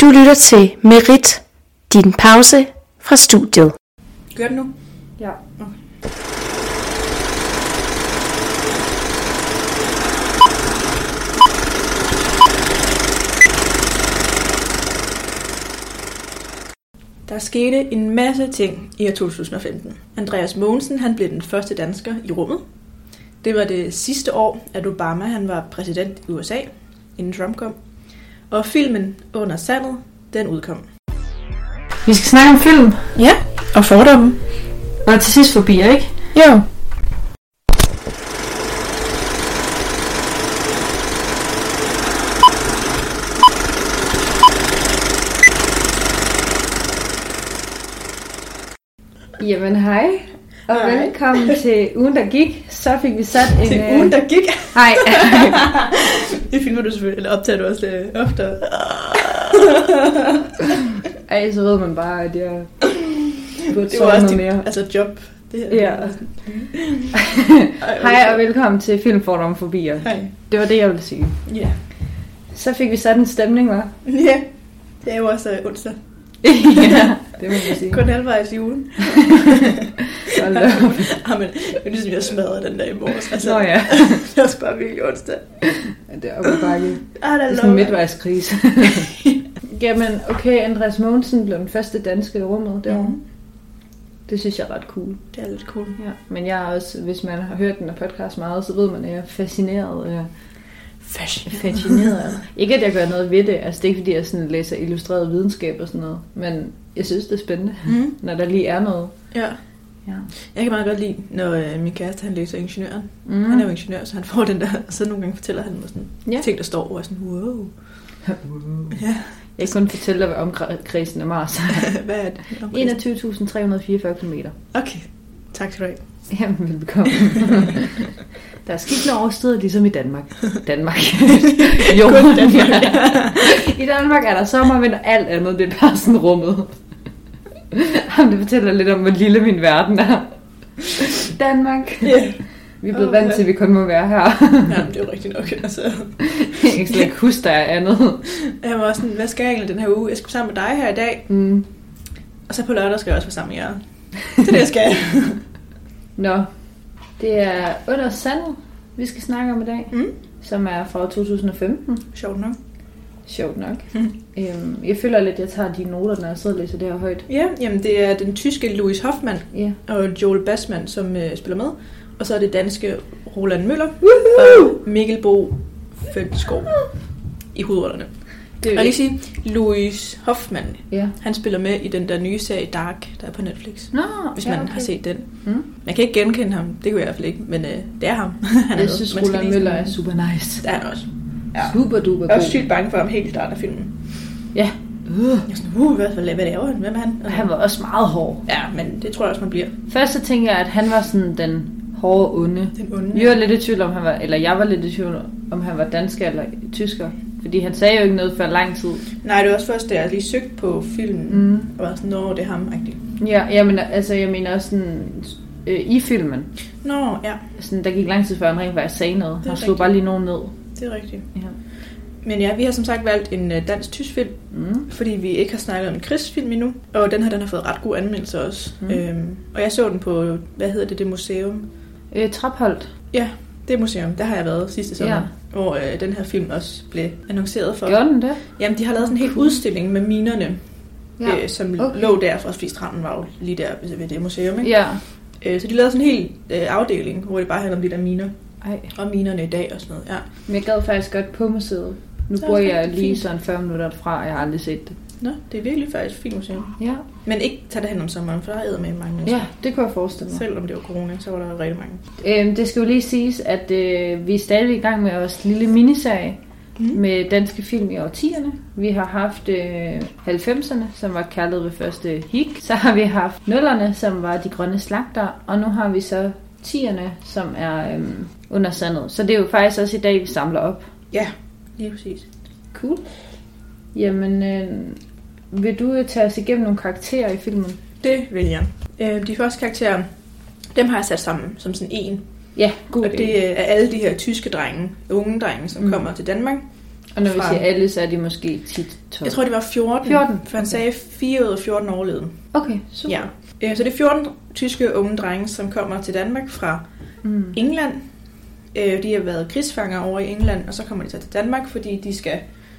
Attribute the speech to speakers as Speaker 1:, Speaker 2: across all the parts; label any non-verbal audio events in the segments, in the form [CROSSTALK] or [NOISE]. Speaker 1: Du lytter til Merit, din pause fra studiet.
Speaker 2: Gør den nu?
Speaker 3: Ja.
Speaker 2: Der skete en masse ting i år 2015. Andreas Mogensen han blev den første dansker i rummet. Det var det sidste år, at Obama han var præsident i USA, inden Trump kom. Og filmen Under Sandet, den udkom.
Speaker 3: Vi skal snakke om film,
Speaker 2: Ja, og fordomme.
Speaker 3: og til sidst forbi, ikke?
Speaker 2: Jo.
Speaker 3: Jamen hej, og
Speaker 2: Hej.
Speaker 3: velkommen til ugen, der gik. Så fik vi sat en... øh,
Speaker 2: Til ugen, der gik. [LAUGHS]
Speaker 3: Nej,
Speaker 2: Det filmer du selvfølgelig, eller optager du også øh, oftere.
Speaker 3: [LAUGHS] ej, så ved man bare, at jeg... burde
Speaker 2: Det
Speaker 3: sove
Speaker 2: var også
Speaker 3: noget
Speaker 2: dit
Speaker 3: mere.
Speaker 2: altså job. Det her. [LAUGHS]
Speaker 3: Ja.
Speaker 2: Ej, hvor
Speaker 3: Hej
Speaker 2: sjovt.
Speaker 3: og velkommen til Filmfordom Forbier.
Speaker 2: Hej.
Speaker 3: Det var det, jeg ville sige.
Speaker 2: Ja.
Speaker 3: Så fik vi sat en
Speaker 2: [LAUGHS]
Speaker 3: stemning, hva'?
Speaker 2: Ja. Det er jo også øh, onsdag.
Speaker 3: ja, det må vi sige.
Speaker 2: Kun halvvejs i ugen.
Speaker 3: Hold da op.
Speaker 2: Jamen, det er ligesom, jeg smadrede den der i morges. [LAUGHS] Altså,
Speaker 3: Nå ja,
Speaker 2: det er også bare virkelig onsdag.
Speaker 3: Ja, det er oppe ad bakke.
Speaker 2: Ah, der
Speaker 3: Det er
Speaker 2: er
Speaker 3: sådan en
Speaker 2: lov. [LAUGHS]
Speaker 3: midtvejskrise. Jamen, okay, Andreas Mogensen blev den første danske i rummet derovre.
Speaker 2: Mhm.
Speaker 3: Det synes jeg er ret cool.
Speaker 2: Det er lidt cool.
Speaker 3: Ja, men jeg er også, hvis man har hørt den her podcast meget, så ved man, at jeg er fascineret. Øh,
Speaker 2: Fashion.
Speaker 3: fascineret. af det. ikke at jeg gør noget ved det, altså det er ikke fordi, jeg sådan læser illustreret videnskab og sådan noget, men jeg synes, det er spændende,
Speaker 2: Mm.
Speaker 3: når der lige er noget.
Speaker 2: Ja.
Speaker 3: Ja.
Speaker 2: Jeg kan meget godt lide, når øh, min kæreste han læser ingeniøren. Mm. Han er jo
Speaker 3: Mm.
Speaker 2: ingeniør, så han får den der, og så nogle gange fortæller han mig sådan
Speaker 3: Ja.
Speaker 2: ja. ting, der står over, og sådan, wow, Ja. [LAUGHS]
Speaker 3: Jeg kan kun fortælle dig, hvad omkredsen af Mars [LAUGHS] er.
Speaker 2: hvad er det? Nå, okay.
Speaker 3: 21.344 km.
Speaker 2: Okay, tak skal du have.
Speaker 3: [LAUGHS] Jamen, velbekomme. der er skidt over stedet, ligesom i Danmark. [LAUGHS] Danmark. jo,
Speaker 2: Kun Danmark.
Speaker 3: [LAUGHS] I Danmark er der sommer, men alt andet, det er bare sådan rummet. Jamen, det fortæller lidt om, hvor lille min verden er. Danmark.
Speaker 2: Yeah.
Speaker 3: [LAUGHS] Vi er blevet vant til, at vi kun må være her.
Speaker 2: [LAUGHS] Ja, det er jo rigtigt nok. Altså.
Speaker 3: jeg kan slet ikke huske, der er andet.
Speaker 2: Jeg var også sådan, hvad skal jeg egentlig den her uge? Jeg skal sammen med dig her i dag,
Speaker 3: Mm.
Speaker 2: og så på lørdag skal jeg også være sammen med jer. Så det skal jeg.
Speaker 3: Nå, det er Under Sandet, vi skal snakke om i dag,
Speaker 2: Mm.
Speaker 3: som er fra 2015.
Speaker 2: Sjovt nok.
Speaker 3: Sjovt [LAUGHS] nok.
Speaker 2: Mm.
Speaker 3: Øhm, jeg føler lidt, at jeg tager de noter, når jeg sidder og læser det her højt.
Speaker 2: Ja, jamen det er den tyske Louis Hoffmann
Speaker 3: Ja.
Speaker 2: og Joel Bassmann, som øh, spiller med. Og så er det danske Roland Møller og Mikkel Bo Fønskov i hovedrollerne.
Speaker 3: Det
Speaker 2: Og jeg
Speaker 3: er jo
Speaker 2: kan sige, Louis Hoffmann,
Speaker 3: Ja.
Speaker 2: han spiller med i den der nye serie Dark, der er på Netflix.
Speaker 3: Nå,
Speaker 2: Hvis
Speaker 3: ja,
Speaker 2: man
Speaker 3: okay.
Speaker 2: har set den.
Speaker 3: Mm.
Speaker 2: Man kan ikke genkende ham, det kunne jeg i hvert fald ikke, men øh, det er ham. [LAUGHS] Han er
Speaker 3: Jeg
Speaker 2: med.
Speaker 3: synes,
Speaker 2: Man skal
Speaker 3: Roland
Speaker 2: lige-
Speaker 3: Møller er super nice.
Speaker 2: Der er han også. Ja.
Speaker 3: Super duper
Speaker 2: Jeg er også
Speaker 3: god.
Speaker 2: sygt bange for ham helt i starten af filmen.
Speaker 3: Ja. Uh.
Speaker 2: Jeg er sådan, uh, hvad, hvad hvad laver han? Hvem er han?
Speaker 3: Og han var også meget hård.
Speaker 2: Ja, men det tror jeg også, man bliver.
Speaker 3: Først så tænkte jeg, at han var sådan den hårde onde.
Speaker 2: Den onde.
Speaker 3: Vi var lidt i tvivl om han var, eller jeg var lidt i tvivl om han var dansker eller tysker. Fordi han sagde jo ikke noget før lang tid.
Speaker 2: Nej, det var også først, da jeg lige søgte på filmen, mm.
Speaker 3: Mm.
Speaker 2: og var sådan, nå, det er ham, rigtigt.
Speaker 3: Ja, jeg mener, altså, jeg mener også sådan, øh, i filmen.
Speaker 2: Nå, ja,
Speaker 3: Sådan, der gik lang tid før han rent faktisk sagde noget.
Speaker 2: Det er
Speaker 3: Han slog
Speaker 2: rigtigt.
Speaker 3: bare lige nogen ned.
Speaker 2: det er rigtigt.
Speaker 3: Ja.
Speaker 2: Men ja, vi har som sagt valgt en øh, dansk-tysk film,
Speaker 3: Mm.
Speaker 2: fordi vi ikke har snakket om en krigsfilm endnu. Og den her, den har fået ret gode anmeldelser også.
Speaker 3: Mm.
Speaker 2: Mm. Øhm, og jeg så den på, hvad hedder det, det museum?
Speaker 3: Øh, Trapholdt.
Speaker 2: Det museum, der har jeg været sidste sommer,
Speaker 3: Ja.
Speaker 2: ja. hvor øh, den her film også blev annonceret for.
Speaker 3: Gjorde den det?
Speaker 2: Jamen, de har lavet sådan en helt udstilling med minerne, ja. øh, som
Speaker 3: Okay.
Speaker 2: okay. lå der, for fordi stranden var jo lige der ved ved det museum. Ikke?
Speaker 3: Ja.
Speaker 2: Øh, så de lavede sådan en hel øh, afdeling, hvor det bare handler om de der miner,
Speaker 3: Ej.
Speaker 2: og minerne i dag og sådan noget. Ja.
Speaker 3: Men jeg gad faktisk godt på museet. Nu
Speaker 2: Så er
Speaker 3: bor
Speaker 2: det
Speaker 3: jeg
Speaker 2: rigtig
Speaker 3: lige
Speaker 2: fint.
Speaker 3: sådan 40 minutter fra, og jeg har aldrig set det.
Speaker 2: Nå, det er virkelig faktisk et fint museum.
Speaker 3: Ja,
Speaker 2: Men ikke tage det hen om sommeren, for der er med mange mennesker.
Speaker 3: ja det kunne jeg forestille mig.
Speaker 2: Selvom det var corona, så var der rigtig mange.
Speaker 3: Øhm, det skal jo lige siges, at øh, vi er stadig i gang med vores lille miniserie mm.
Speaker 2: Mm.
Speaker 3: med danske film i årtierne. Vi har haft øh, 90'erne, som var Kærlighed ved første hik. Så har vi haft 0'erne, som var De Grønne Slagter. Og nu har vi så 10'erne, som er øh, under sandet. Så det er jo faktisk også i dag, vi samler op.
Speaker 2: Lige præcis.
Speaker 3: Cool. Jamen, øh, vil du øh, tage os igennem nogle karakterer i filmen?
Speaker 2: Det vil jeg. Øh, de første karakterer, dem har jeg sat sammen som sådan en.
Speaker 3: Ja, god
Speaker 2: Og det
Speaker 3: idé.
Speaker 2: øh, er alle de her tyske drenge, unge drenge, som
Speaker 3: Mm.
Speaker 2: mm. kommer til Danmark.
Speaker 3: Og når vi
Speaker 2: Fra-
Speaker 3: siger alle, så er de måske tit 12.
Speaker 2: Jeg tror, det var 14,
Speaker 3: 14,
Speaker 2: for han
Speaker 3: okay.
Speaker 2: sagde 4 ud af 14 overlevede.
Speaker 3: Okay, super.
Speaker 2: Ja. Øh, Så det er 14 tyske unge drenge, som kommer til Danmark fra
Speaker 3: Mm.
Speaker 2: England. Øh, de har været krigsfanger over i England, og så kommer de så til Danmark, fordi de skal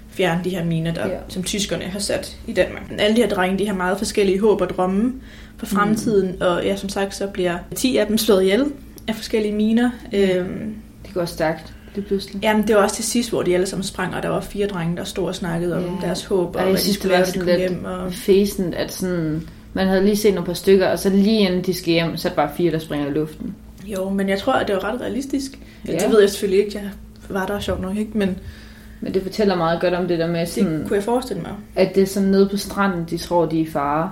Speaker 2: fjerne de her miner, der,
Speaker 3: Ja.
Speaker 2: ja. som tyskerne har sat i Danmark. Men alle de her drenge, de har meget forskellige håb og drømme for
Speaker 3: Mm.
Speaker 2: fremtiden, mm. og ja, som sagt, så bliver 10 af dem slået ihjel af forskellige miner.
Speaker 3: Ja.
Speaker 2: Øhm,
Speaker 3: Det går stærkt lige pludselig.
Speaker 2: jamen, det var også til sidst, hvor de alle sammen sprang, og der var fire drenge, der stod og snakkede om
Speaker 3: Ja.
Speaker 2: deres håb, og
Speaker 3: Ej, jeg
Speaker 2: hvad de
Speaker 3: synes,
Speaker 2: skulle
Speaker 3: det
Speaker 2: være,
Speaker 3: var
Speaker 2: hvis de kom
Speaker 3: sådan lidt-
Speaker 2: hjem. Og...
Speaker 3: Fæsen, at sådan, man havde lige set nogle par stykker, og så lige inden de skal hjem, så er der bare fire, der springer i luften.
Speaker 2: Jo, men jeg tror, at det var ret realistisk. Ja.
Speaker 3: Ja.
Speaker 2: Det ved jeg selvfølgelig ikke, jeg var der sjovt nok ikke, men
Speaker 3: Men det fortæller meget godt om det der med,
Speaker 2: det
Speaker 3: sådan,
Speaker 2: mm. kunne jeg forestille mig.
Speaker 3: at det er sådan nede på stranden, de tror, de er i fare.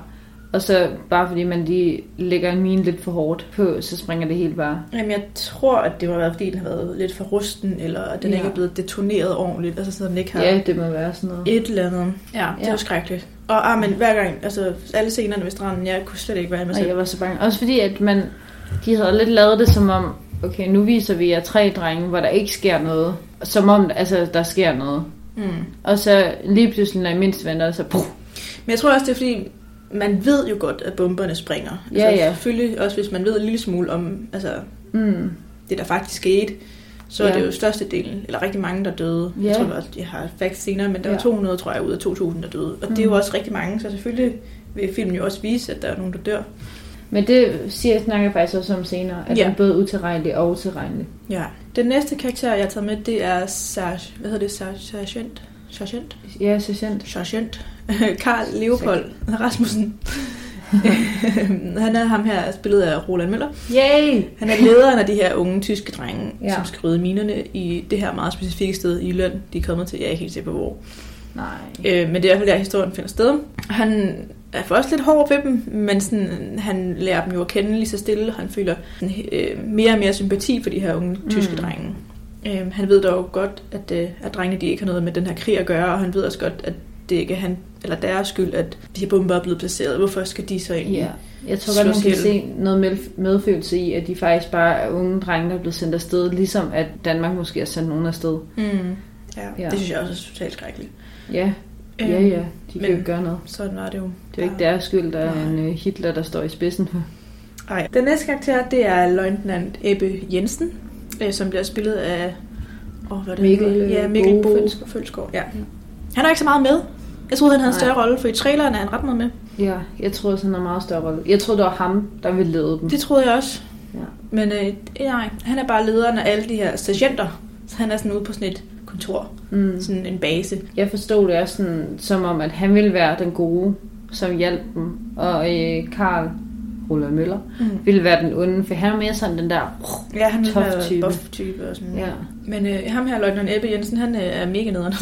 Speaker 3: Og så bare fordi man lige lægger en mine lidt for hårdt på, så springer det hele bare.
Speaker 2: Jamen, jeg tror, at det må være, fordi den har været lidt for rusten, eller at den
Speaker 3: Ja.
Speaker 2: ja. ikke er blevet detoneret ordentligt, altså så den ikke har
Speaker 3: Ja, det må være sådan noget.
Speaker 2: et eller andet. Ja, det er
Speaker 3: Ja.
Speaker 2: jo skrækkeligt. Og ah, men hver gang, altså alle scenerne ved stranden, jeg kunne slet ikke være i mig
Speaker 3: Og
Speaker 2: selv.
Speaker 3: jeg var så bange. Også fordi, at man, de havde lidt lavet det som om, okay, nu viser vi jer tre drenge, hvor der ikke sker noget. Som om, altså, der sker noget.
Speaker 2: Mm.
Speaker 3: Og så lige pludselig, når jeg mindst venter, så... Puh,
Speaker 2: Men jeg tror også, det er fordi, man ved jo godt, at bomberne springer. Altså,
Speaker 3: Ja, ja.
Speaker 2: Selvfølgelig også, hvis man ved en lille smule om altså,
Speaker 3: mm,
Speaker 2: det, der faktisk skete, så ja.
Speaker 3: Ja.
Speaker 2: er det jo størstedelen, eller rigtig mange, der døde.
Speaker 3: Ja.
Speaker 2: Jeg tror også, jeg har faktisk senere, men der
Speaker 3: Ja.
Speaker 2: var 200, tror jeg, ud af 2.000, der døde. Og mm. det er
Speaker 3: Mm.
Speaker 2: jo også rigtig mange, så selvfølgelig vil filmen jo også vise, at der er nogen, der dør.
Speaker 3: Men det siger, snakker jeg faktisk også om senere, at
Speaker 2: Ja.
Speaker 3: ja. den er både utilregnelig og utilregnelig.
Speaker 2: Ja. Den næste karakter, jeg har taget med, det er Serge, hvad hedder det? Serge, sergeant? Sergeant?
Speaker 3: Ja, sergeant.
Speaker 2: [LAUGHS] Sergeant. Karl Leopold Rasmussen. [LAUGHS] han er ham her, spillet af Roland Møller.
Speaker 3: Yay!
Speaker 2: Han er lederen af de her unge tyske drenge,
Speaker 3: Ja.
Speaker 2: ja. som skal rydde minerne i det her meget specifikke sted i Jylland. De er kommet til, jeg er ikke helt sikker på hvor.
Speaker 3: Nej.
Speaker 2: Øh, men det er i hvert fald der, historien finder sted. Han er for også lidt hård ved dem, men sådan, han lærer dem jo at kende lige så stille. Han føler sådan, øh, mere og mere sympati for de her unge tyske
Speaker 3: Mm.
Speaker 2: drenge. Øh, han ved dog godt, at, øh, at drengene de ikke har noget med den her krig at gøre, og han ved også godt, at det ikke er han, eller deres skyld, at de her bomber er blevet placeret. Hvorfor skal de så egentlig?
Speaker 3: Ja. Jeg tror
Speaker 2: Slås
Speaker 3: godt, man kan
Speaker 2: ihjel.
Speaker 3: se noget med- medfølelse i, at de faktisk bare er unge drenge, der er blevet sendt afsted, ligesom at Danmark måske har sendt nogen afsted.
Speaker 2: Mm. Ja,
Speaker 3: Ja.
Speaker 2: ja, det synes jeg også er totalt skrækkeligt.
Speaker 3: Ja, ja,
Speaker 2: Øhm,
Speaker 3: ja. De kan
Speaker 2: men-
Speaker 3: jo ikke gøre noget.
Speaker 2: Sådan var det jo.
Speaker 3: Det er jo ikke deres skyld, der er
Speaker 2: Nej.
Speaker 3: en øh, Hitler, der står i spidsen.
Speaker 2: Nej. Den næste karakter, det er løjtnant Ebbe Jensen, øh, som bliver spillet af oh, hvad er det,
Speaker 3: Mikkel,
Speaker 2: han hedder? ja,
Speaker 3: øh,
Speaker 2: Mikkel
Speaker 3: Bo
Speaker 2: Bo Følsgaard. Følsgaard. Ja. Han er ikke så meget med. Jeg troede, han havde en
Speaker 3: Nej.
Speaker 2: større rolle, for i traileren er han ret meget med.
Speaker 3: ja, jeg tror sådan noget meget større rolle. Jeg tror, det var ham, der ville lede dem.
Speaker 2: Det troede jeg også.
Speaker 3: Ja.
Speaker 2: Men øh, nej, han er bare lederen af alle de her sergeanter. Så han er sådan ude på sådan et kontor,
Speaker 3: Mm.
Speaker 2: sådan en base.
Speaker 3: Jeg forstod det også sådan, som om, at han ville være den gode, som hjalp dem, og øh, Karl Roland Møller
Speaker 2: Mm.
Speaker 3: ville være den onde, for han er mere sådan den der...
Speaker 2: Ja, han
Speaker 3: Tough
Speaker 2: er
Speaker 3: type.
Speaker 2: en buff-type og sådan.
Speaker 3: Ja.
Speaker 2: Men øh, ham her, løjtnant Ebbe Jensen, han øh, er mega nederen.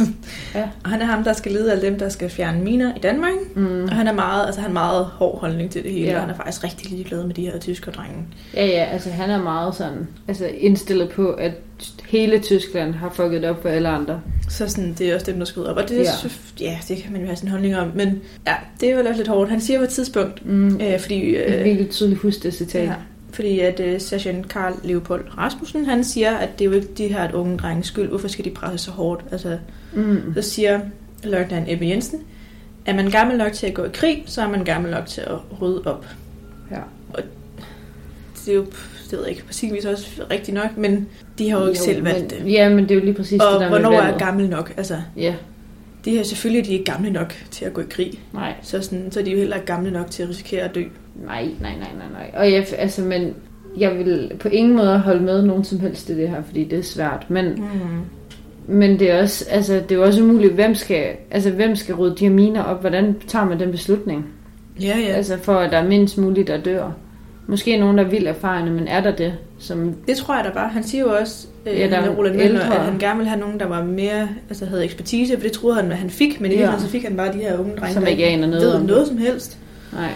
Speaker 3: Ja.
Speaker 2: Og han er ham, der skal lede alle dem, der skal fjerne miner i Danmark.
Speaker 3: Mm.
Speaker 2: Og han er meget, altså han har meget hård holdning til det hele,
Speaker 3: Ja.
Speaker 2: ja. og han er faktisk rigtig ligeglad med de her tyske drenge.
Speaker 3: ja, ja, altså han er meget sådan, altså indstillet på, at hele Tyskland har fucket op for alle andre.
Speaker 2: Så sådan, det er også dem, der skyder op. Og det,
Speaker 3: Ja.
Speaker 2: ja. ja, det kan man jo have sin holdning om, men ja, det er jo også lidt hårdt. Han siger på et tidspunkt,
Speaker 3: Mm.
Speaker 2: øh, fordi,
Speaker 3: Jeg kan
Speaker 2: øh,
Speaker 3: virkelig tydeligt huske det citat.
Speaker 2: ja, fordi at øh, sergeant Karl Leopold Rasmussen, han siger, at det er jo ikke de her et unge drenges skyld, hvorfor skal de presse så hårdt? Altså,
Speaker 3: Mm.
Speaker 2: så siger løjtnant Ebbe Jensen, er man gammel nok til at gå i krig, så er man gammel nok til at rydde op.
Speaker 3: Ja.
Speaker 2: Og det er jo, det ved jeg ikke, på sin vis også rigtigt nok, men de har jo ikke selv valgt det.
Speaker 3: men, Ja, men det er jo lige præcis det
Speaker 2: Og
Speaker 3: der
Speaker 2: hvornår
Speaker 3: med
Speaker 2: er
Speaker 3: valget.
Speaker 2: gammel nok? Altså,
Speaker 3: Ja,
Speaker 2: de her selvfølgelig de er ikke gamle nok til at gå i krig.
Speaker 3: nej.
Speaker 2: Så, sådan, så er de jo heller ikke gamle nok til at risikere at dø.
Speaker 3: Nej, nej, nej, nej, nej. Og jeg, altså, men jeg vil på ingen måde holde med nogen som helst i det her, fordi det er svært. Men,
Speaker 2: Mm.
Speaker 3: men det er også, altså, det er jo også umuligt, hvem skal, altså, hvem skal rydde de her miner op? Hvordan tager man den beslutning?
Speaker 2: Ja, ja.
Speaker 3: Ja.
Speaker 2: Altså,
Speaker 3: Altså, for at der er mindst muligt, der dør. Måske nogen, der er vildt erfarne, men er der det? Som,
Speaker 2: det tror jeg da bare. Han siger jo også, øh,
Speaker 3: Ja,
Speaker 2: ja,
Speaker 3: der er
Speaker 2: der Roland
Speaker 3: ældre.
Speaker 2: Møller, at han gerne ville have nogen, der var mere, altså havde ekspertise, for det troede han, at han fik, men i
Speaker 3: Ja.
Speaker 2: ja. så fik han bare de her unge drenge,
Speaker 3: som ikke aner noget
Speaker 2: ved
Speaker 3: om
Speaker 2: om noget som helst.
Speaker 3: Nej.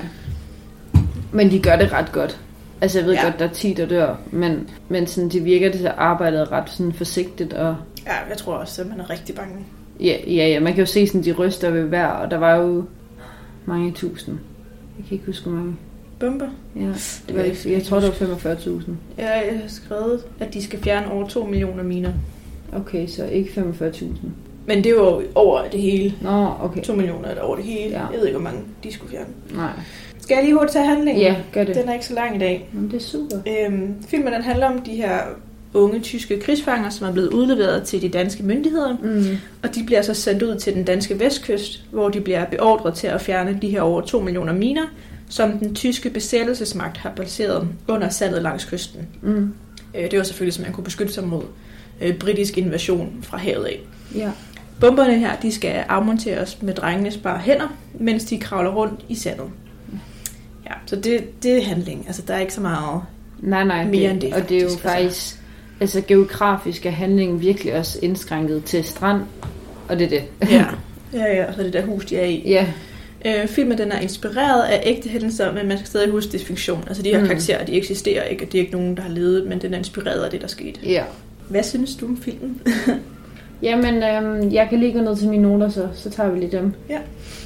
Speaker 3: Men de gør det ret godt. Altså, jeg ved ja.
Speaker 2: Ja.
Speaker 3: godt, der er 10, der dør, men, men sådan, det virker, det arbejdet ret sådan forsigtigt og
Speaker 2: Ja, jeg tror også, at man er rigtig bange.
Speaker 3: Ja, ja, ja, man kan jo se sådan, de ryster ved hver, og der var jo mange tusind. Jeg kan ikke huske, hvor mange.
Speaker 2: Bomber.
Speaker 3: Ja, det var, ikke- jeg tror, det var 45.000.
Speaker 2: Ja, jeg har skrevet, at de skal fjerne over 2 millioner miner.
Speaker 3: Okay, så ikke 45.000.
Speaker 2: Men det er jo over det hele.
Speaker 3: Nå, okay.
Speaker 2: 2 millioner er der over det hele.
Speaker 3: Ja.
Speaker 2: Jeg ved ikke, hvor mange de skulle fjerne.
Speaker 3: Nej.
Speaker 2: Skal jeg lige hurtigt tage handlingen?
Speaker 3: Ja, gør det.
Speaker 2: Den er ikke så lang i dag.
Speaker 3: Jamen, det er super.
Speaker 2: Øhm, filmen den handler om de her unge tyske krigsfanger, som er blevet udleveret til de danske myndigheder.
Speaker 3: Mm.
Speaker 2: Og de bliver så sendt ud til den danske vestkyst, hvor de bliver beordret til at fjerne de her over 2 millioner miner, som den tyske besættelsesmagt har placeret under sandet langs kysten.
Speaker 3: Mm.
Speaker 2: Øh, det var selvfølgelig, så man kunne beskytte sig mod øh, britisk invasion fra havet af.
Speaker 3: Ja.
Speaker 2: Bomberne her, de skal afmonteres med drengenes bare hænder, mens de kravler rundt i sandet. Ja, så det, det er handling. Altså, der er ikke så meget...
Speaker 3: Nej, nej.
Speaker 2: Mere end det,
Speaker 3: Og det er jo
Speaker 2: faktisk, altså.
Speaker 3: faktisk... Altså, geografisk er handlingen virkelig også indskrænket til strand. Og det er det.
Speaker 2: Ja, ja, ja. Så det der hus, de er i.
Speaker 3: [LAUGHS] Ja.
Speaker 2: Øh, filmen den er inspireret af ægte hændelser, men man skal stadig huske, det er fiktion. Altså de her
Speaker 3: Mm.
Speaker 2: mm. karakterer, de eksisterer ikke, og det er ikke nogen, der har levet, men den er inspireret af det, der skete.
Speaker 3: Ja.
Speaker 2: Hvad synes du om filmen?
Speaker 3: Jamen, øhm, jeg kan lige gå ned til mine noter, så, så tager vi lige dem.
Speaker 2: Ja.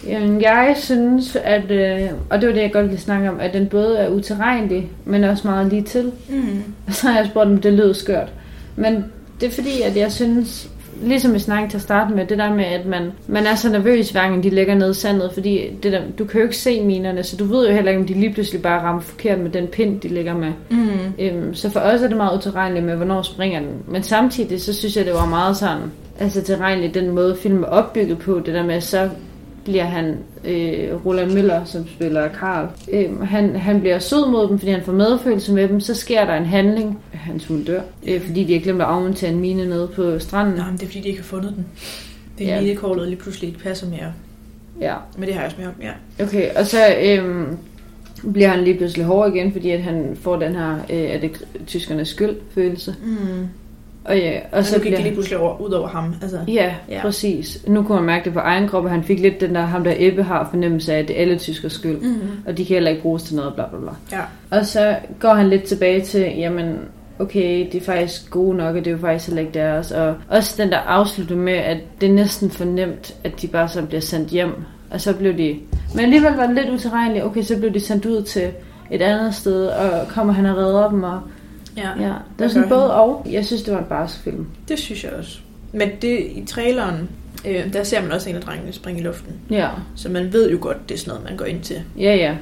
Speaker 3: Jamen, jeg synes, at, øh, og det var det, jeg godt ville snakke om, at den både er uterrenelig, men også meget lige til.
Speaker 2: Mm.
Speaker 3: Og så har jeg spurgt, om det lød skørt. Men det er fordi, at jeg synes, ligesom vi snakkede til at starte med, det der med, at man, man er så nervøs, hver gang de ligger nede i sandet, fordi det der, du kan jo ikke se minerne, så du ved jo heller ikke, om de lige pludselig bare rammer forkert med den pind, de ligger med.
Speaker 2: Mm.
Speaker 3: Øhm, så for os er det meget utilregneligt med, hvornår springer den. Men samtidig, så synes jeg, det var meget sådan, altså tilregneligt den måde, filmen er opbygget på, det der med, så bliver han, øh, Roland Møller, som spiller Karl, øh, han, han bliver sød mod dem, fordi han får medfølelse med dem, så sker der en handling, hans hund dør, øh, fordi de har glemt at afmontere en mine nede på stranden.
Speaker 2: Nå, men det er fordi, de ikke har fundet den. Det er
Speaker 3: Ja.
Speaker 2: ja. minekortet lige pludselig ikke passer mere.
Speaker 3: Ja.
Speaker 2: Men det har jeg også med om, ja.
Speaker 3: Okay, og så øhm, bliver han lige pludselig hård igen, fordi at han får den her, øh, er det tyskernes skyld følelse.
Speaker 2: Mm.
Speaker 3: Og, ja, og
Speaker 2: Og
Speaker 3: så
Speaker 2: så gik
Speaker 3: bliver
Speaker 2: det lige pludselig over, ud over ham. Altså.
Speaker 3: Ja, ja,
Speaker 2: Ja.
Speaker 3: præcis. Nu kunne man mærke det på egen krop, at han fik lidt den der, ham der Ebbe har fornemmelse af, at det er alle tyskers skyld. Mm.
Speaker 2: Mm.
Speaker 3: Og de kan heller ikke bruges til noget, bla bla bla.
Speaker 2: Ja.
Speaker 3: Og så går han lidt tilbage til, jamen, okay, det er faktisk gode nok, og det er jo faktisk heller ikke deres. Og også den der afslutning med, at det er næsten for nemt, at de bare så bliver sendt hjem. Og så blev de... Men alligevel var det lidt utilregneligt. Okay, så blev de sendt ud til et andet sted, og kommer han og redder dem, og
Speaker 2: ja.
Speaker 3: ja, det
Speaker 2: Hvad
Speaker 3: var sådan
Speaker 2: gør han?
Speaker 3: både og. Jeg synes, det var en barsk film.
Speaker 2: Det synes jeg også. Men det i traileren, øh, der ser man også en af drengene springe i luften.
Speaker 3: Ja,
Speaker 2: Så man ved jo godt, det er sådan noget, man går ind til.
Speaker 3: ja, ja.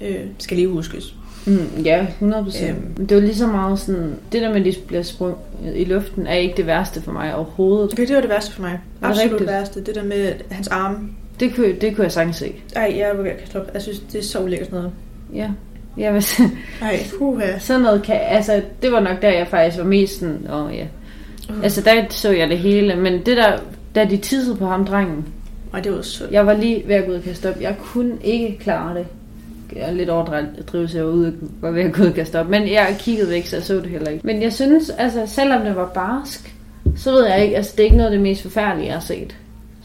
Speaker 2: Øh, skal lige huskes.
Speaker 3: Mm, ja, 100%.
Speaker 2: Øhm.
Speaker 3: Øhm. Det var lige så meget sådan, det der med, at de bliver sprunget i luften, er ikke det værste for mig overhovedet.
Speaker 2: Okay, det var det værste for mig.
Speaker 3: det
Speaker 2: Absolut
Speaker 3: rigtigt?
Speaker 2: rigtigt? værste. Det der med at hans arme.
Speaker 3: Det kunne, det kunne jeg sagtens se.
Speaker 2: Ej, jeg var ved at kaste op. Jeg synes, det er så ulækkert sådan noget.
Speaker 3: Ja. Ja, men, [LAUGHS]
Speaker 2: Ej, puha.
Speaker 3: sådan noget kan, altså, det var nok der, jeg faktisk var mest sådan, åh ja.
Speaker 2: Uh.
Speaker 3: Altså, der så jeg det hele, men det der, da de tissede på ham, drengen,
Speaker 2: Ej, det var sundt.
Speaker 3: jeg var lige ved at gå ud og kaste op. Jeg kunne ikke klare det. Jeg er lidt overdrevet, så jeg var, ude, var ved at gå ud og kaste op. Men jeg kiggede væk, så jeg så det heller ikke. Men jeg synes, altså, selvom det var barsk, så ved jeg ikke, altså, det er ikke noget af det mest forfærdelige, jeg har set.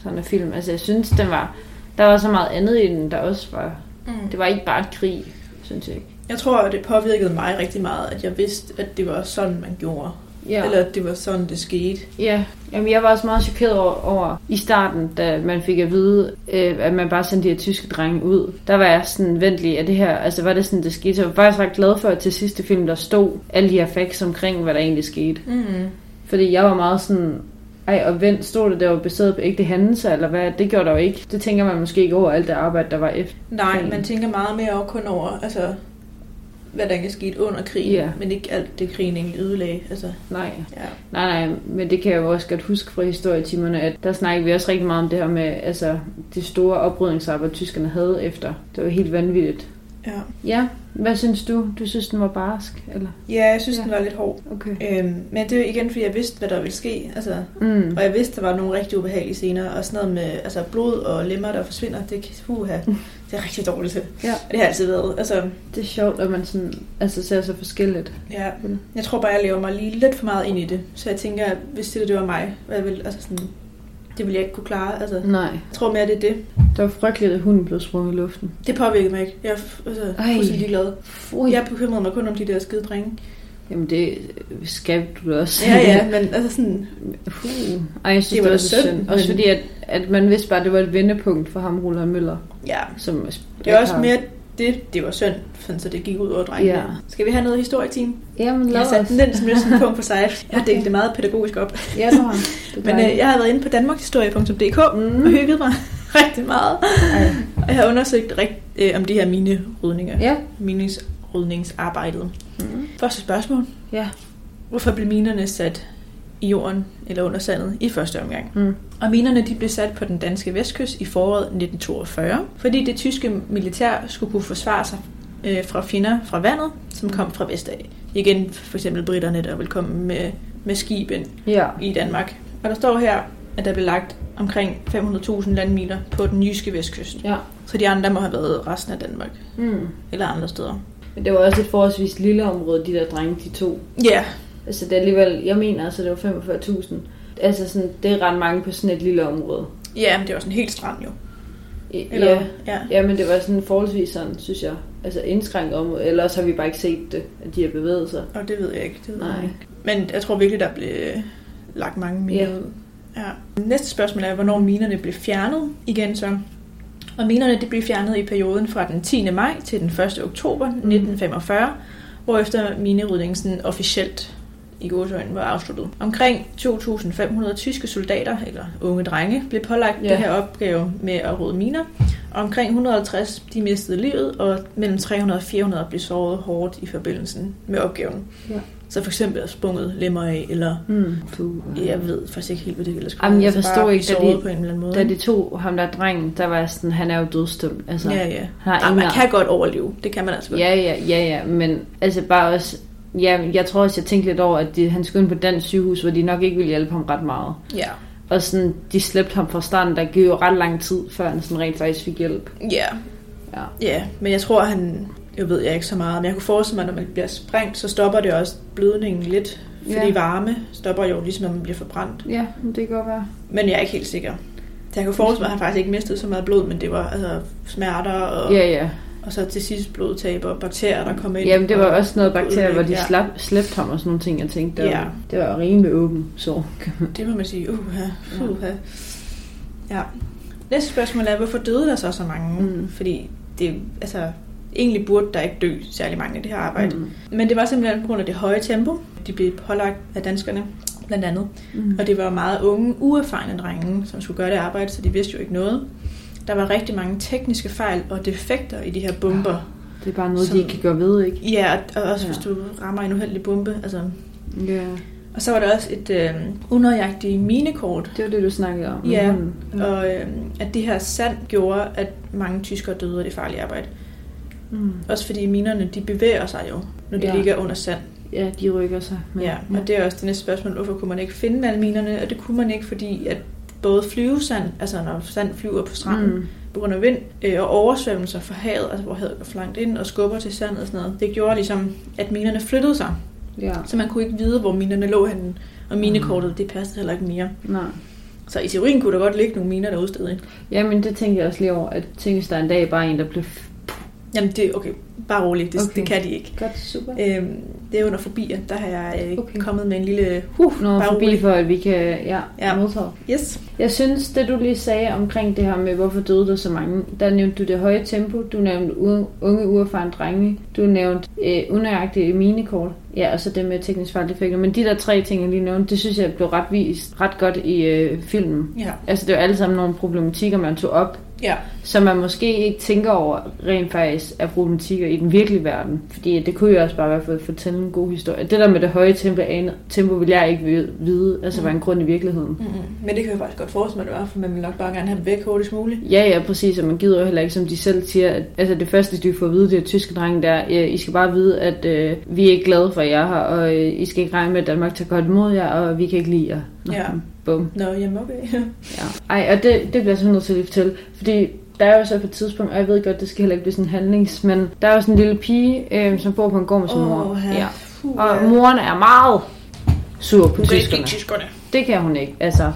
Speaker 3: Sådan en film. Altså, jeg synes, den var, der var så meget andet i den, der også var...
Speaker 2: Mm.
Speaker 3: Det var ikke bare et krig, synes jeg ikke.
Speaker 2: Jeg tror, at det påvirkede mig rigtig meget, at jeg vidste, at det var sådan, man gjorde.
Speaker 3: Ja.
Speaker 2: Ja. Eller at det var sådan, det skete.
Speaker 3: Ja, Jamen, jeg var også meget chokeret over, over i starten, da man fik at vide, øh, at man bare sendte de her tyske drenge ud. Der var jeg sådan ventelig, at det her, altså var det sådan, det skete. Så jeg var faktisk ret glad for, at til sidste film, der stod alle de her facts omkring, hvad der egentlig skete.
Speaker 2: Mm.
Speaker 3: Fordi jeg var meget sådan, ej, og vent, stod det der var baseret på ægte hændelser, eller hvad? Det gjorde der jo ikke. Det tænker man måske ikke over alt det arbejde, der var efter.
Speaker 2: Nej,
Speaker 3: Mm.
Speaker 2: man tænker meget mere over kun over, altså, hvad der ikke er sket under krigen,
Speaker 3: Ja.
Speaker 2: men ikke alt det, krigen egentlig ødelagde. Altså,
Speaker 3: Nej.
Speaker 2: ja.
Speaker 3: Nej, nej, men det kan jeg jo også godt huske fra historietimerne, at der snakkede vi også rigtig meget om det her med, altså, det store oprydningsarbejde, tyskerne havde efter. Det var helt vanvittigt.
Speaker 2: Ja.
Speaker 3: Ja, hvad synes du? Du synes, den var barsk, eller?
Speaker 2: ja, jeg synes,
Speaker 3: Ja.
Speaker 2: ja. den var lidt hård.
Speaker 3: Okay.
Speaker 2: Øhm, men det er jo igen, fordi jeg vidste, hvad der ville ske. Altså,
Speaker 3: Mm.
Speaker 2: Og jeg vidste, der var nogle rigtig ubehagelige scener, og sådan noget med altså, blod og lemmer, der forsvinder, det kan puha, det er rigtig dårligt til.
Speaker 3: Ja.
Speaker 2: Og det har altid været. Altså,
Speaker 3: Det er sjovt, at man sådan, altså, ser så forskelligt.
Speaker 2: ja. Jeg tror bare, jeg lever mig lige lidt for meget ind i det. Så jeg tænker, at hvis det, der, det var mig, hvad ville, altså sådan, det ville jeg ikke kunne klare. Altså,
Speaker 3: Nej,
Speaker 2: jeg tror mere, det er det.
Speaker 3: det var frygteligt, at hunden blev sprunget i luften.
Speaker 2: Det påvirkede mig ikke. Jeg er f- altså,
Speaker 3: Ej.
Speaker 2: fuldstændig ligeglad.
Speaker 3: Fui.
Speaker 2: Jeg bekymrede mig kun om de der skide drenge.
Speaker 3: Jamen, det skal du da
Speaker 2: [LAUGHS]
Speaker 3: også.
Speaker 2: Ja,
Speaker 3: [LAUGHS]
Speaker 2: ja, men altså sådan...
Speaker 3: Uh. Ej, jeg synes, det
Speaker 2: Det var
Speaker 3: var, det var
Speaker 2: da
Speaker 3: synd.
Speaker 2: synd,
Speaker 3: synd. Også
Speaker 2: men-
Speaker 3: fordi, at, at man vidste bare, at det var et vendepunkt for ham, Roland Møller.
Speaker 2: Ja,
Speaker 3: Som
Speaker 2: det er også mere det, det var synd, sådan, så det gik ud over drengene.
Speaker 3: Ja.
Speaker 2: Skal vi have noget historieteam?
Speaker 3: Jamen,
Speaker 2: Jeg
Speaker 3: lad
Speaker 2: har sat
Speaker 3: os.
Speaker 2: den lidt som lidt som en punkt på
Speaker 3: [LAUGHS]
Speaker 2: sig. Jeg har
Speaker 3: Okay.
Speaker 2: delt det meget pædagogisk op.
Speaker 3: Ja, du har. [LAUGHS] Det
Speaker 2: Men øh, jeg har været inde på danmarkshistorie.dk
Speaker 3: Mm. [LAUGHS]
Speaker 2: og hygget mig [LAUGHS] rigtig meget. Og jeg har undersøgt rigt, øh, om de her minerydninger.
Speaker 3: Ja.
Speaker 2: Minerydningsarbejdet.
Speaker 3: Mm.
Speaker 2: Første spørgsmål.
Speaker 3: Ja.
Speaker 2: Hvorfor blev minerne sat i jorden eller under sandet i første omgang?
Speaker 3: Mm.
Speaker 2: Og minerne de blev sat på den danske vestkyst i foråret 1942, fordi det tyske militær skulle kunne forsvare sig øh, fra fjender fra vandet, som kom fra vestaf. Igen for eksempel britterne, der ville komme med, med skib ind
Speaker 3: Ja.
Speaker 2: i Danmark. Og der står her, at der blev lagt omkring 500.000 landmiler på den jyske vestkyst.
Speaker 3: Ja.
Speaker 2: Så de andre må have været resten af Danmark,
Speaker 3: Mm.
Speaker 2: eller andre steder.
Speaker 3: Men det var også et forholdsvis lille område, de der drenge, de to.
Speaker 2: Ja, yeah.
Speaker 3: Altså det er alligevel, jeg mener altså, det var 45.000. Altså sådan, det er ret mange på sådan et lille område.
Speaker 2: ja, men det var sådan helt strand jo.
Speaker 3: I-
Speaker 2: Eller,
Speaker 3: Ja,
Speaker 2: ja.
Speaker 3: ja, men det var sådan forholdsvis sådan, synes jeg. Altså indskrænket område, eller også har vi bare ikke set det, at de har bevæget sig.
Speaker 2: Og det ved jeg ikke. Det ved
Speaker 3: Nej.
Speaker 2: Jeg ikke. Men jeg tror virkelig, der blev lagt mange miner
Speaker 3: Ja.
Speaker 2: yeah. ud. Ja. Næste spørgsmål er, hvornår minerne blev fjernet igen så. Og minerne det blev fjernet i perioden fra den 10. maj til den 1. oktober
Speaker 3: Mm.
Speaker 2: 1945, hvorefter minerydningen sådan officielt i godsøjne var afsluttet. Omkring 2.500 tyske soldater, eller unge drenge, blev pålagt
Speaker 3: Ja.
Speaker 2: yeah. det her opgave med at rydde miner. Og omkring 150 de mistede livet, og mellem 300 og 400 blev såret hårdt i forbindelsen med opgaven.
Speaker 3: Ja.
Speaker 2: Så for eksempel er sprunget lemmer af, eller
Speaker 3: Mm. Puh,
Speaker 2: jeg ved faktisk ikke helt, hvad det ellers kunne
Speaker 3: Jamen, jeg
Speaker 2: være. Altså
Speaker 3: forstår
Speaker 2: bare
Speaker 3: ikke,
Speaker 2: blive
Speaker 3: da de-
Speaker 2: såret på en eller anden måde.
Speaker 3: Da de to, ham der drengen, der var sådan, han er jo dødstum. Altså,
Speaker 2: Ja, ja.
Speaker 3: han har
Speaker 2: Ej,
Speaker 3: ingen
Speaker 2: man kan godt overleve. Det kan man altså godt.
Speaker 3: Ja, ja, ja, ja, men altså bare også, ja, jeg tror også, jeg tænkte lidt over, at de, han skulle ind på dansk sygehus, hvor de nok ikke ville hjælpe ham ret meget.
Speaker 2: Ja.
Speaker 3: Og sådan, de slæbte ham fra starten, der gik jo ret lang tid, før han sådan rent faktisk fik hjælp.
Speaker 2: Ja.
Speaker 3: Ja.
Speaker 2: Ja, men jeg tror, han... Jeg ved jeg ikke så meget, men jeg kunne forestille mig, at når man bliver sprængt, så stopper det også blødningen lidt. Fordi
Speaker 3: Ja.
Speaker 2: varme stopper jo, ligesom når man bliver forbrændt.
Speaker 3: Ja, det kan godt være.
Speaker 2: Men jeg er ikke helt sikker. Så jeg kunne forestille mig, at han faktisk ikke mistede så meget blod, men det var altså smerter, og,
Speaker 3: Ja, ja.
Speaker 2: og så til sidst blodtab og bakterier, der kom ind.
Speaker 3: Jamen, det var
Speaker 2: og-
Speaker 3: også noget bakterier, hvor de
Speaker 2: Ja.
Speaker 3: slap, slæbte ham og sådan nogle ting, jeg tænkte. Det var,
Speaker 2: Ja.
Speaker 3: det var rimelig åben så.
Speaker 2: Det må man sige, uha, uha. Ja. Næste spørgsmål er, hvorfor døde der så så mange?
Speaker 3: Mm.
Speaker 2: Fordi det, altså, egentlig burde der ikke dø særlig mange af det her arbejde. Mm. Men det var simpelthen på grund af det høje tempo, de blev pålagt af danskerne, blandt andet.
Speaker 3: Mm.
Speaker 2: Og det var meget unge, uerfarne drenge, som skulle gøre det arbejde, så de vidste jo ikke noget. Der var rigtig mange tekniske fejl og defekter i de her bomber.
Speaker 3: Det er bare noget, de
Speaker 2: Sådan.
Speaker 3: ikke kan gøre ved, ikke?
Speaker 2: Ja, og også hvis
Speaker 3: Ah. Ja.
Speaker 2: du rammer en uheldig bombe. Altså.
Speaker 3: Ja.
Speaker 2: Og så var der også et øh, unøjagtigt minekort,
Speaker 3: Det var det, du snakkede om.
Speaker 2: Ja.
Speaker 3: Mm.
Speaker 2: Og øh, at det her sand gjorde, at mange tyskere døde af det farlige arbejde.
Speaker 3: Mm.
Speaker 2: Også fordi minerne, de bevæger sig jo, når de
Speaker 3: Ja.
Speaker 2: ja. ligger under sand.
Speaker 3: Ja, de rykker sig.
Speaker 2: Ja. Ja. Og det er også det næste spørgsmål, hvorfor kunne man ikke finde alle minerne? Og det kunne man ikke, fordi at både flyvesand, altså når sand flyver på stranden, mm. på grund af vind, øh, og oversvømmelser fra havet, altså hvor havet går for langt ind og skubber til sandet og sådan noget, det gjorde ligesom, at minerne flyttede sig.
Speaker 3: Ja.
Speaker 2: Så man kunne ikke vide, hvor minerne lå henne. Og minekortet, det passede heller ikke mere.
Speaker 3: Nej.
Speaker 2: Så i teorien kunne der godt ligge nogle miner derude stadig.
Speaker 3: Jamen, det tænkte jeg også lige over, at tænk, hvis der er en dag bare en, der blev... f-
Speaker 2: Jamen det, okay, bare roligt, det,
Speaker 3: Okay.
Speaker 2: okay. det kan de ikke.
Speaker 3: Godt, super.
Speaker 2: Øhm, det er under fobier, der har jeg øh,
Speaker 3: Okay.
Speaker 2: okay. kommet med en lille huh,
Speaker 3: Noget
Speaker 2: bare
Speaker 3: forbi
Speaker 2: roligt.
Speaker 3: for, at vi kan ja, ja.
Speaker 2: Ja.
Speaker 3: modtage.
Speaker 2: Yes.
Speaker 3: Jeg synes, det du lige sagde omkring det her med, hvorfor døde der så mange, der nævnte du det høje tempo, du nævnte u- unge uerfarne drenge, du nævnte øh, unøjagtige minekort, ja, og så det med teknisk fejldefekter. Men de der tre ting, jeg lige nævnte, det synes jeg blev ret vist ret godt i øh, filmen.
Speaker 2: Ja.
Speaker 3: Altså, det var alle sammen nogle problematikker, man tog op,
Speaker 2: ja.
Speaker 3: som man måske ikke tænker over rent faktisk er problematikker i den virkelige verden. Fordi det kunne jo også bare være for at fortælle en god historie. Det der med det høje tempo, anede- tempo vil jeg ikke vi- vide, altså var en grund i virkeligheden.
Speaker 2: Mm-hmm. Men det kan jeg faktisk godt forestille mig, det var, for man vil nok bare gerne have dem væk hurtigst muligt.
Speaker 3: Ja, ja, præcis, og man gider jo heller ikke, som de selv siger, at altså det første, de får at vide, det er tyske drenge der, "Ja, I skal bare vide, at øh, vi er ikke glade for jer her, og øh, I skal ikke regne med, at Danmark tager godt imod jer, og vi kan ikke lide jer. Nå,
Speaker 2: Ja.
Speaker 3: Bum.
Speaker 2: Nå, jamen okay.
Speaker 3: Ja. Ej, og det, det bliver jeg simpelthen nødt til at lige fortælle, fordi der er jo så på et tidspunkt, og jeg ved godt, det skal heller ikke blive sådan en handlings, men der er jo sådan en lille pige, øh, som bor på en gård med sin mor.
Speaker 2: Åh, ja. Puh,
Speaker 3: Og
Speaker 2: ja.
Speaker 3: moren er meget sur på
Speaker 2: Hun kan ikke lide
Speaker 3: tyskerne.
Speaker 2: tyskerne.
Speaker 3: Det kan hun ikke. Altså,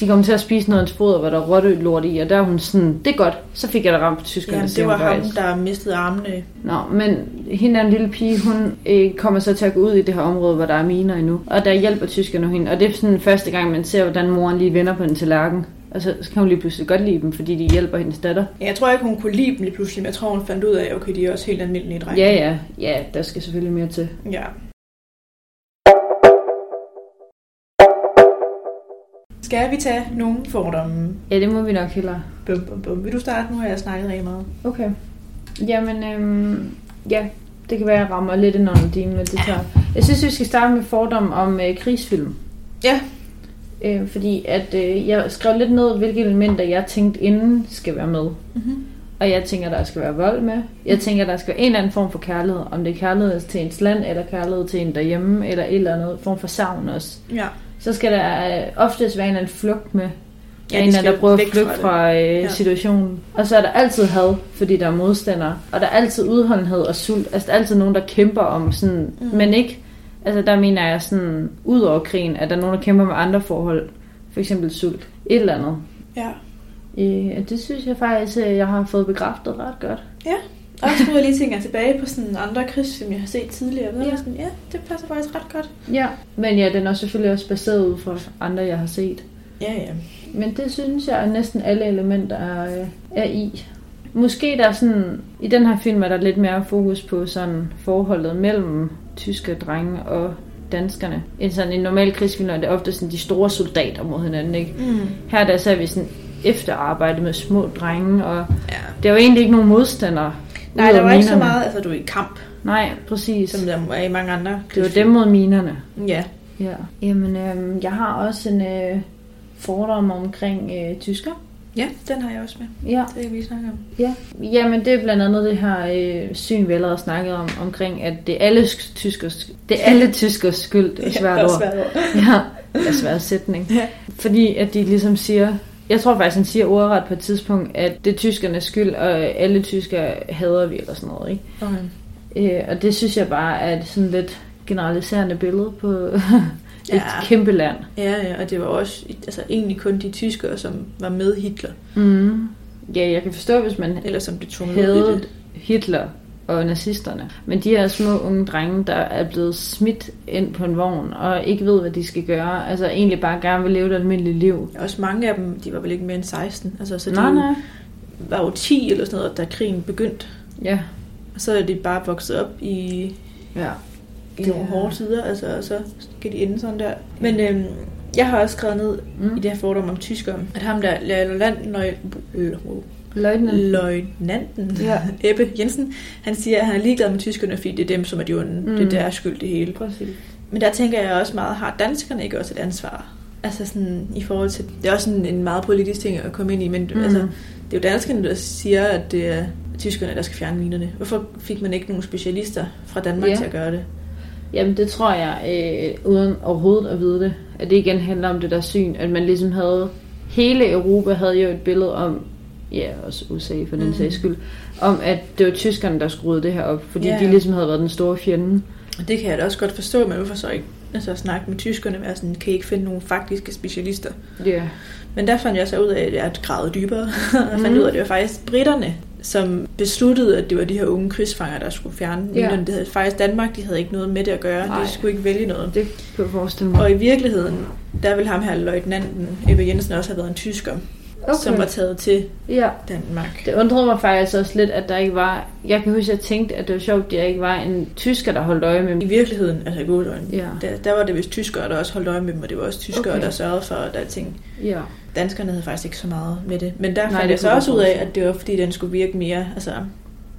Speaker 3: de kommer til at spise noget af hans foder, hvor der er rotte lort i, og der er hun sådan, det er godt, så fik jeg da ramt på tyskerne.
Speaker 2: Ja,
Speaker 3: siger
Speaker 2: det
Speaker 3: hun
Speaker 2: var ham,
Speaker 3: faktisk.
Speaker 2: der mistede armene.
Speaker 3: Nå, men hende er en lille pige, hun øh, kommer så til at gå ud i det her område, hvor der er miner endnu. Og der hjælper tyskerne hende, og det er sådan første gang, man ser, hvordan moren lige vender på en tallerken. Og så, så kan hun lige pludselig godt lide dem, fordi de hjælper hendes datter.
Speaker 2: Ja, Jeg tror ikke, hun kunne lide dem lige pludselig, men jeg tror, hun fandt ud af, okay, de er også helt almindelige drenge.
Speaker 3: Ja, ja, ja, der skal selvfølgelig mere til.
Speaker 2: ja. Skal vi tage nogle fordomme?
Speaker 3: Ja, det må vi nok hellere.
Speaker 2: Bum, bum, bum. Vil du starte? Nu har jeg snakket rigtig meget.
Speaker 3: Okay. Jamen, øhm, ja, det kan være, at jeg rammer lidt ind under din, men det tager. Jeg synes, vi skal starte med fordom om øh, krigsfilm.
Speaker 2: Ja.
Speaker 3: Øh, fordi at øh, jeg skrev lidt ned, hvilke elementer jeg tænkte inden skal være med.
Speaker 2: Mm-hmm.
Speaker 3: Og jeg tænker, der skal være vold med. Jeg tænker, der skal være en eller anden form for kærlighed. Om det er kærlighed til ens land, eller kærlighed til en derhjemme, eller et eller andet form for savn også.
Speaker 2: Ja.
Speaker 3: Så skal der øh, oftest være en eller anden flugt med. Ja,
Speaker 2: de
Speaker 3: en eller
Speaker 2: skal
Speaker 3: anden, der prøver at
Speaker 2: væk
Speaker 3: flygte
Speaker 2: det.
Speaker 3: fra øh,
Speaker 2: Ja.
Speaker 3: ja. situationen. Og så er der altid had, fordi der er modstandere. Og der er altid udholdenhed og sult. Altså, der er altid nogen, der kæmper om sådan...
Speaker 2: Mm.
Speaker 3: Mm. Men ikke... Altså, der mener jeg sådan... Ud over krigen, at der er nogen, der kæmper med andre forhold. For eksempel sult. Et eller andet.
Speaker 2: Ja.
Speaker 3: Øh, og det synes jeg faktisk, øh, jeg har fået bekræftet ret godt.
Speaker 2: Og så skulle jeg lige tænke tilbage på sådan andre krigsfilm, jeg har set tidligere. Ja.
Speaker 3: Ja.
Speaker 2: Sådan, ja, det passer faktisk ret godt.
Speaker 3: Ja, men ja, den er selvfølgelig også baseret ud fra andre, jeg har set.
Speaker 2: Ja, ja.
Speaker 3: Men det synes jeg, at næsten alle elementer er, øh, er i. Måske der er sådan, i den her film er der lidt mere fokus på sådan forholdet mellem tyske drenge og danskerne. End sådan i en normal krigsfilm, er det ofte sådan de store soldater mod hinanden, ikke?
Speaker 2: Mm.
Speaker 3: Her der ser vi sådan efterarbejde med små drenge, og
Speaker 2: ja.
Speaker 3: der er jo egentlig ikke nogen modstandere.
Speaker 2: Nej,
Speaker 3: udover
Speaker 2: der var ikke så
Speaker 3: minerne.
Speaker 2: meget, altså du er i kamp,
Speaker 3: Nej, præcis.
Speaker 2: som der var i mange andre
Speaker 3: Det var
Speaker 2: krigsfilm.
Speaker 3: dem mod minerne.
Speaker 2: Ja.
Speaker 3: Ja. Jamen, øhm, jeg har også en øh, fordom omkring øh, tysker.
Speaker 2: Ja, den har jeg også med.
Speaker 3: Ja.
Speaker 2: Det kan vi snakke om.
Speaker 3: ja. Jamen, det er blandt andet det her øh, syn, vi allerede snakkede om, omkring, at det er alle sk- tyskers, det er alle tyskers skyld. Det er svært ord.
Speaker 2: svært ord.
Speaker 3: Ja, det er svær sætning.
Speaker 2: Ja.
Speaker 3: Fordi at de ligesom siger, jeg tror faktisk, han siger ordret på et tidspunkt, at det er tyskernes skyld, og alle tyskere hader vi, eller sådan noget, ikke?
Speaker 2: Okay.
Speaker 3: Øh, og det synes jeg bare er et sådan lidt generaliserende billede på [LAUGHS] et
Speaker 2: Ja.
Speaker 3: kæmpe land.
Speaker 2: Ja, ja, og det var også altså, egentlig kun de tyskere, som var med Hitler,
Speaker 3: Mm. Ja, jeg kan forstå, hvis man
Speaker 2: eller som blev tvunget ud i
Speaker 3: havde
Speaker 2: det.
Speaker 3: Hitler og nazisterne. Men de her små unge drenge, der er blevet smidt ind på en vogn og ikke ved, hvad de skal gøre, altså egentlig bare gerne vil leve et almindeligt liv.
Speaker 2: Også mange af dem, de var vel ikke mere end 16, altså, så de
Speaker 3: nej, nej.
Speaker 2: var jo 10 eller sådan noget, da krigen begyndte.
Speaker 3: Ja.
Speaker 2: Og så er de bare vokset op i
Speaker 3: ja.
Speaker 2: i
Speaker 3: Det
Speaker 2: nogle
Speaker 3: er-
Speaker 2: hårde tider, altså, og så skal de ende sådan der. Men øhm, jeg har også skrevet ned mm.
Speaker 3: Mm.
Speaker 2: i det her fordom om tyskere, at ham der løjtnanten
Speaker 3: Løgnende.
Speaker 2: løjtnanten
Speaker 3: Ja.
Speaker 2: [LAUGHS] Ebbe Jensen, han siger, at han er ligeglad med tyskerne, fordi det er dem, som er de onde. Mm.
Speaker 3: Mm.
Speaker 2: Det er deres skyld, det hele.
Speaker 3: Præcis.
Speaker 2: Men der tænker jeg også meget, har danskerne ikke også et ansvar? Altså sådan i forhold til, det er også sådan en meget politisk ting at komme ind i, men mm.
Speaker 3: Mm.
Speaker 2: altså, det er jo danskerne, der siger, at det er tyskerne, der skal fjerne minerne. Hvorfor fik man ikke nogen specialister fra Danmark
Speaker 3: Ja.
Speaker 2: til at gøre det?
Speaker 3: Jamen det tror jeg, øh, uden overhovedet at vide det, at det igen handler om det der syn, at man ligesom havde, hele Europa havde jo et billede om, ja også USA for den
Speaker 2: Mm.
Speaker 3: sags skyld, om at det var tyskerne, der skruede det her op, fordi
Speaker 2: Ja,
Speaker 3: de
Speaker 2: ja.
Speaker 3: ligesom havde været den store fjende.
Speaker 2: Og det kan jeg da også godt forstå, men hvorfor så ikke altså, at snakke med tyskerne, være sådan, kan I ikke finde nogle faktiske specialister?
Speaker 3: Ja.
Speaker 2: Men der fandt jeg så ud af, at jeg havde gravet dybere, [LAUGHS] og fandt
Speaker 3: Mhm.
Speaker 2: ud af, at det var faktisk britterne, som besluttede, at det var de her unge krigsfanger, der skulle fjerne
Speaker 3: Ja.
Speaker 2: minerne. Det havde faktisk Danmark, de havde ikke noget med det at gøre,
Speaker 3: Nej.
Speaker 2: de skulle ikke vælge noget.
Speaker 3: Det kunne jeg forestille mig.
Speaker 2: Og i virkeligheden, der ville ham her løjtnanten Ebbe Jensen også have været en tysker, okay.
Speaker 3: Okay.
Speaker 2: som var taget til
Speaker 3: Ja.
Speaker 2: Danmark.
Speaker 3: Det undrede mig faktisk også lidt, at der ikke var... Jeg kan huske, at jeg tænkte, at det var sjovt, at der ikke var en tysker, der holdt øje med
Speaker 2: I
Speaker 3: mig.
Speaker 2: virkeligheden, altså i godløgn,
Speaker 3: Ja.
Speaker 2: der, der var det vist tyskere, der også holdt øje med dem, og det var også tyskere,
Speaker 3: Okay.
Speaker 2: der sørgede for, at alting
Speaker 3: Ja.
Speaker 2: danskerne havde faktisk ikke så meget med det. Men der
Speaker 3: Nej,
Speaker 2: fandt
Speaker 3: det
Speaker 2: jeg så
Speaker 3: kunne
Speaker 2: også
Speaker 3: jeg
Speaker 2: ud af,
Speaker 3: forestille
Speaker 2: at det var fordi, den skulle virke mere altså,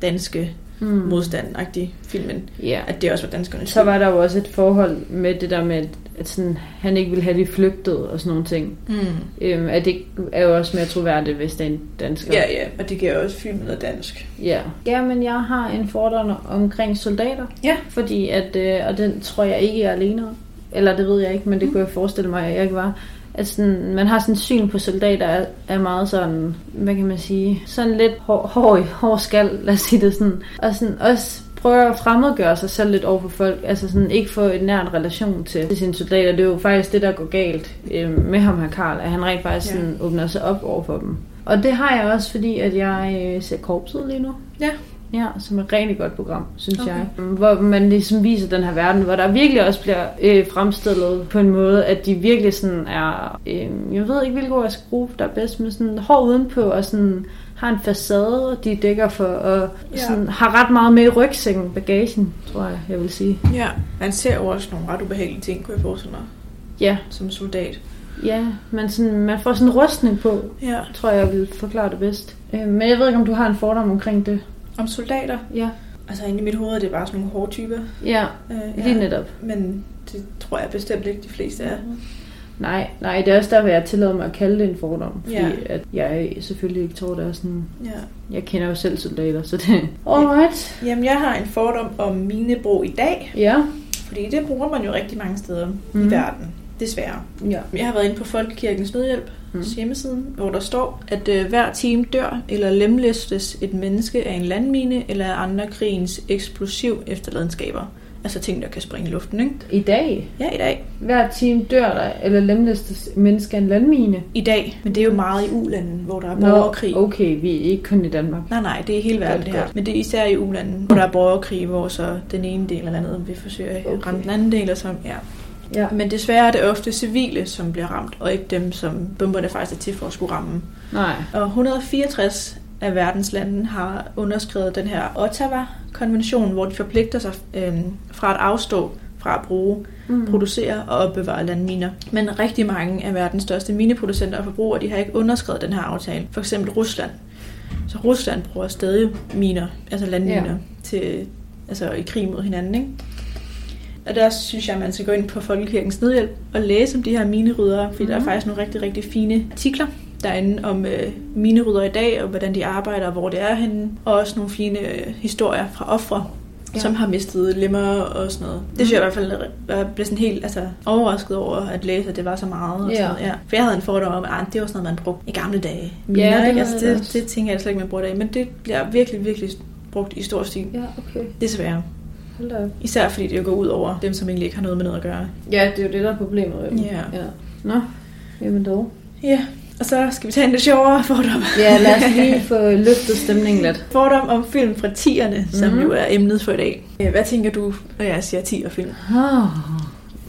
Speaker 2: danske mm.
Speaker 3: Mm.
Speaker 2: modstandagtig filmen.
Speaker 3: ja.
Speaker 2: At det også var danskerne
Speaker 3: Så var der jo også et forhold med det der med, at- at sådan, han ikke ville have de flygtet og sådan nogle ting.
Speaker 2: Mm.
Speaker 3: Øhm, at det er jo også mere troværdigt, hvis det er en dansker.
Speaker 2: Ja, ja, og det giver jo også filmen noget dansk.
Speaker 3: Ja. ja, men jeg har en fordom omkring soldater.
Speaker 2: Ja.
Speaker 3: Fordi at, øh, og den tror jeg ikke, jeg er alene om. Eller det ved jeg ikke, men det kunne jeg forestille mig, at jeg ikke var. At sådan, man har sådan et syn på soldater er, er meget sådan, hvad kan man sige, sådan lidt hår, hår, hår skal, lad os sige det sådan. Og sådan også prøver at fremmedgøre sig selv lidt over for folk, altså sådan ikke få en nært relation til, til sine soldater. Det er jo faktisk det, der går galt øh, med ham her Karl, at han rent faktisk
Speaker 2: Ja.
Speaker 3: ja. sådan, åbner sig op over for dem. Og det har jeg også, fordi at jeg øh, ser korpset lige nu. Ja, som er et rigtig godt program, synes
Speaker 2: Okay.
Speaker 3: okay. jeg. Hvor man ligesom viser den her verden, hvor der virkelig også bliver øh, fremstillet på en måde, at de virkelig sådan er, øh, jeg ved ikke, hvilket ord jeg skal bruge, der er bedst, men sådan hård udenpå og sådan har en facade, de dækker for, og
Speaker 2: Ja.
Speaker 3: ja. sådan, har ret meget med i rygsækken, bagagen, tror jeg, jeg vil sige.
Speaker 2: Ja, man ser jo også nogle ret ubehagelige ting, kunne jeg forestille mig,
Speaker 3: Ja,
Speaker 2: som soldat.
Speaker 3: ja, men sådan, man får sådan en rustning på,
Speaker 2: Ja,
Speaker 3: tror jeg, jeg vil forklare det bedst. Øh, men jeg ved ikke, om du har en fordom omkring det.
Speaker 2: om soldater.
Speaker 3: Ja,
Speaker 2: Altså inde i mit hoved er det bare sådan nogle hårde typer.
Speaker 3: ja,
Speaker 2: Øh,
Speaker 3: lige netop.
Speaker 2: Men det tror jeg bestemt ikke, de fleste er.
Speaker 3: Nej, nej, det er også derfor, jeg tillader mig at kalde det en fordom. Fordi
Speaker 2: Ja.
Speaker 3: ja. at jeg selvfølgelig ikke tror, det er sådan...
Speaker 2: Ja.
Speaker 3: Jeg kender jo selv soldater, så det... Alright.
Speaker 2: Jamen, jeg har en fordom om minebro i dag,
Speaker 3: Ja.
Speaker 2: fordi det bruger man jo rigtig mange steder mm. i
Speaker 3: Mhm.
Speaker 2: verden, desværre.
Speaker 3: Ja.
Speaker 2: Jeg har været inde på Folkekirkens Nødhjælp mm.
Speaker 3: Mhm.
Speaker 2: hjemmesiden, hvor der står, at øh, hver time dør eller lemlæstes et menneske af en landmine eller af andre krigens eksplosiv efterladenskaber. Altså ting, der kan springe i luften, ikke?
Speaker 3: I dag,
Speaker 2: Ja, i dag.
Speaker 3: hver time dør der eller lemlæstes mennesker af en landmine.
Speaker 2: I dag. Men det er jo meget i ulanden, hvor der er borgerkrig.
Speaker 3: okay, vi er ikke kun i Danmark.
Speaker 2: Nej, nej, det er hele verden
Speaker 3: Oh. Godt,
Speaker 2: det her.
Speaker 3: godt.
Speaker 2: Men det er især i ulanden, hvor der er borgerkrig, hvor så den ene del eller landet vil forsøge at okay.
Speaker 3: Okay.
Speaker 2: ramme den anden del, og så, ja.
Speaker 3: Ja.
Speaker 2: Men desværre er det ofte civile, som bliver ramt, og ikke dem, som bomberne faktisk er til for at skulle ramme.
Speaker 3: Nej.
Speaker 2: Og 164 af verdens lande har underskrevet den her Ottawa-konvention, hvor de forpligter sig øhm, fra at afstå fra at bruge,
Speaker 3: Mm.
Speaker 2: producere og opbevare landminer. Men rigtig mange af verdens største mineproducenter og forbrugere, de har ikke underskrevet den her aftale. For eksempel Rusland. Så Rusland bruger stadig miner, altså landminer, ja.
Speaker 3: Ja.
Speaker 2: til, altså i krig mod hinanden, ikke? Og der synes jeg, man skal gå ind på Folkekirkens Nødhjælp og læse om de her mineryddere, fordi mm. der er
Speaker 3: Mhm.
Speaker 2: faktisk nogle rigtig, rigtig fine artikler derinde om øh, mineryddere i dag, og hvordan de arbejder, og hvor det er henne, og også nogle fine øh, historier fra ofre, ja.
Speaker 3: Ja.
Speaker 2: som har mistet lemmer og sådan noget. Det synes
Speaker 3: Mm.
Speaker 2: jeg i hvert fald, jeg blev sådan helt altså, overrasket over at læse, at det var så meget. Og
Speaker 3: Ja.
Speaker 2: sådan noget, ja. For jeg havde en fordom om, at ah, det var sådan noget, man brugte i gamle dage.
Speaker 3: det
Speaker 2: Miner,
Speaker 3: havde
Speaker 2: ikke? altså,
Speaker 3: jeg
Speaker 2: det,
Speaker 3: også.
Speaker 2: det tænker jeg slet ikke, man bruger i dag, men det bliver virkelig, virkelig brugt i stor stil.
Speaker 3: Ja, okay.
Speaker 2: Desværre.
Speaker 3: Hold da op.
Speaker 2: Især fordi det jo går ud over dem, som egentlig ikke har noget med noget at gøre.
Speaker 3: Ja, det er jo det, der er problemet. jo.
Speaker 2: Ja.
Speaker 3: ja. Nå, jamen dog.
Speaker 2: Ja, og så skal vi tage en lidt sjovere fordom.
Speaker 3: Ja, lad os lige få løftet stemningen lidt.
Speaker 2: [LAUGHS] Fordom om film fra 10'erne, som mm.
Speaker 3: Mhm.
Speaker 2: jo er emnet for i dag. Øh, Hvad tænker du, når jeg siger 10'er film?
Speaker 3: Ah,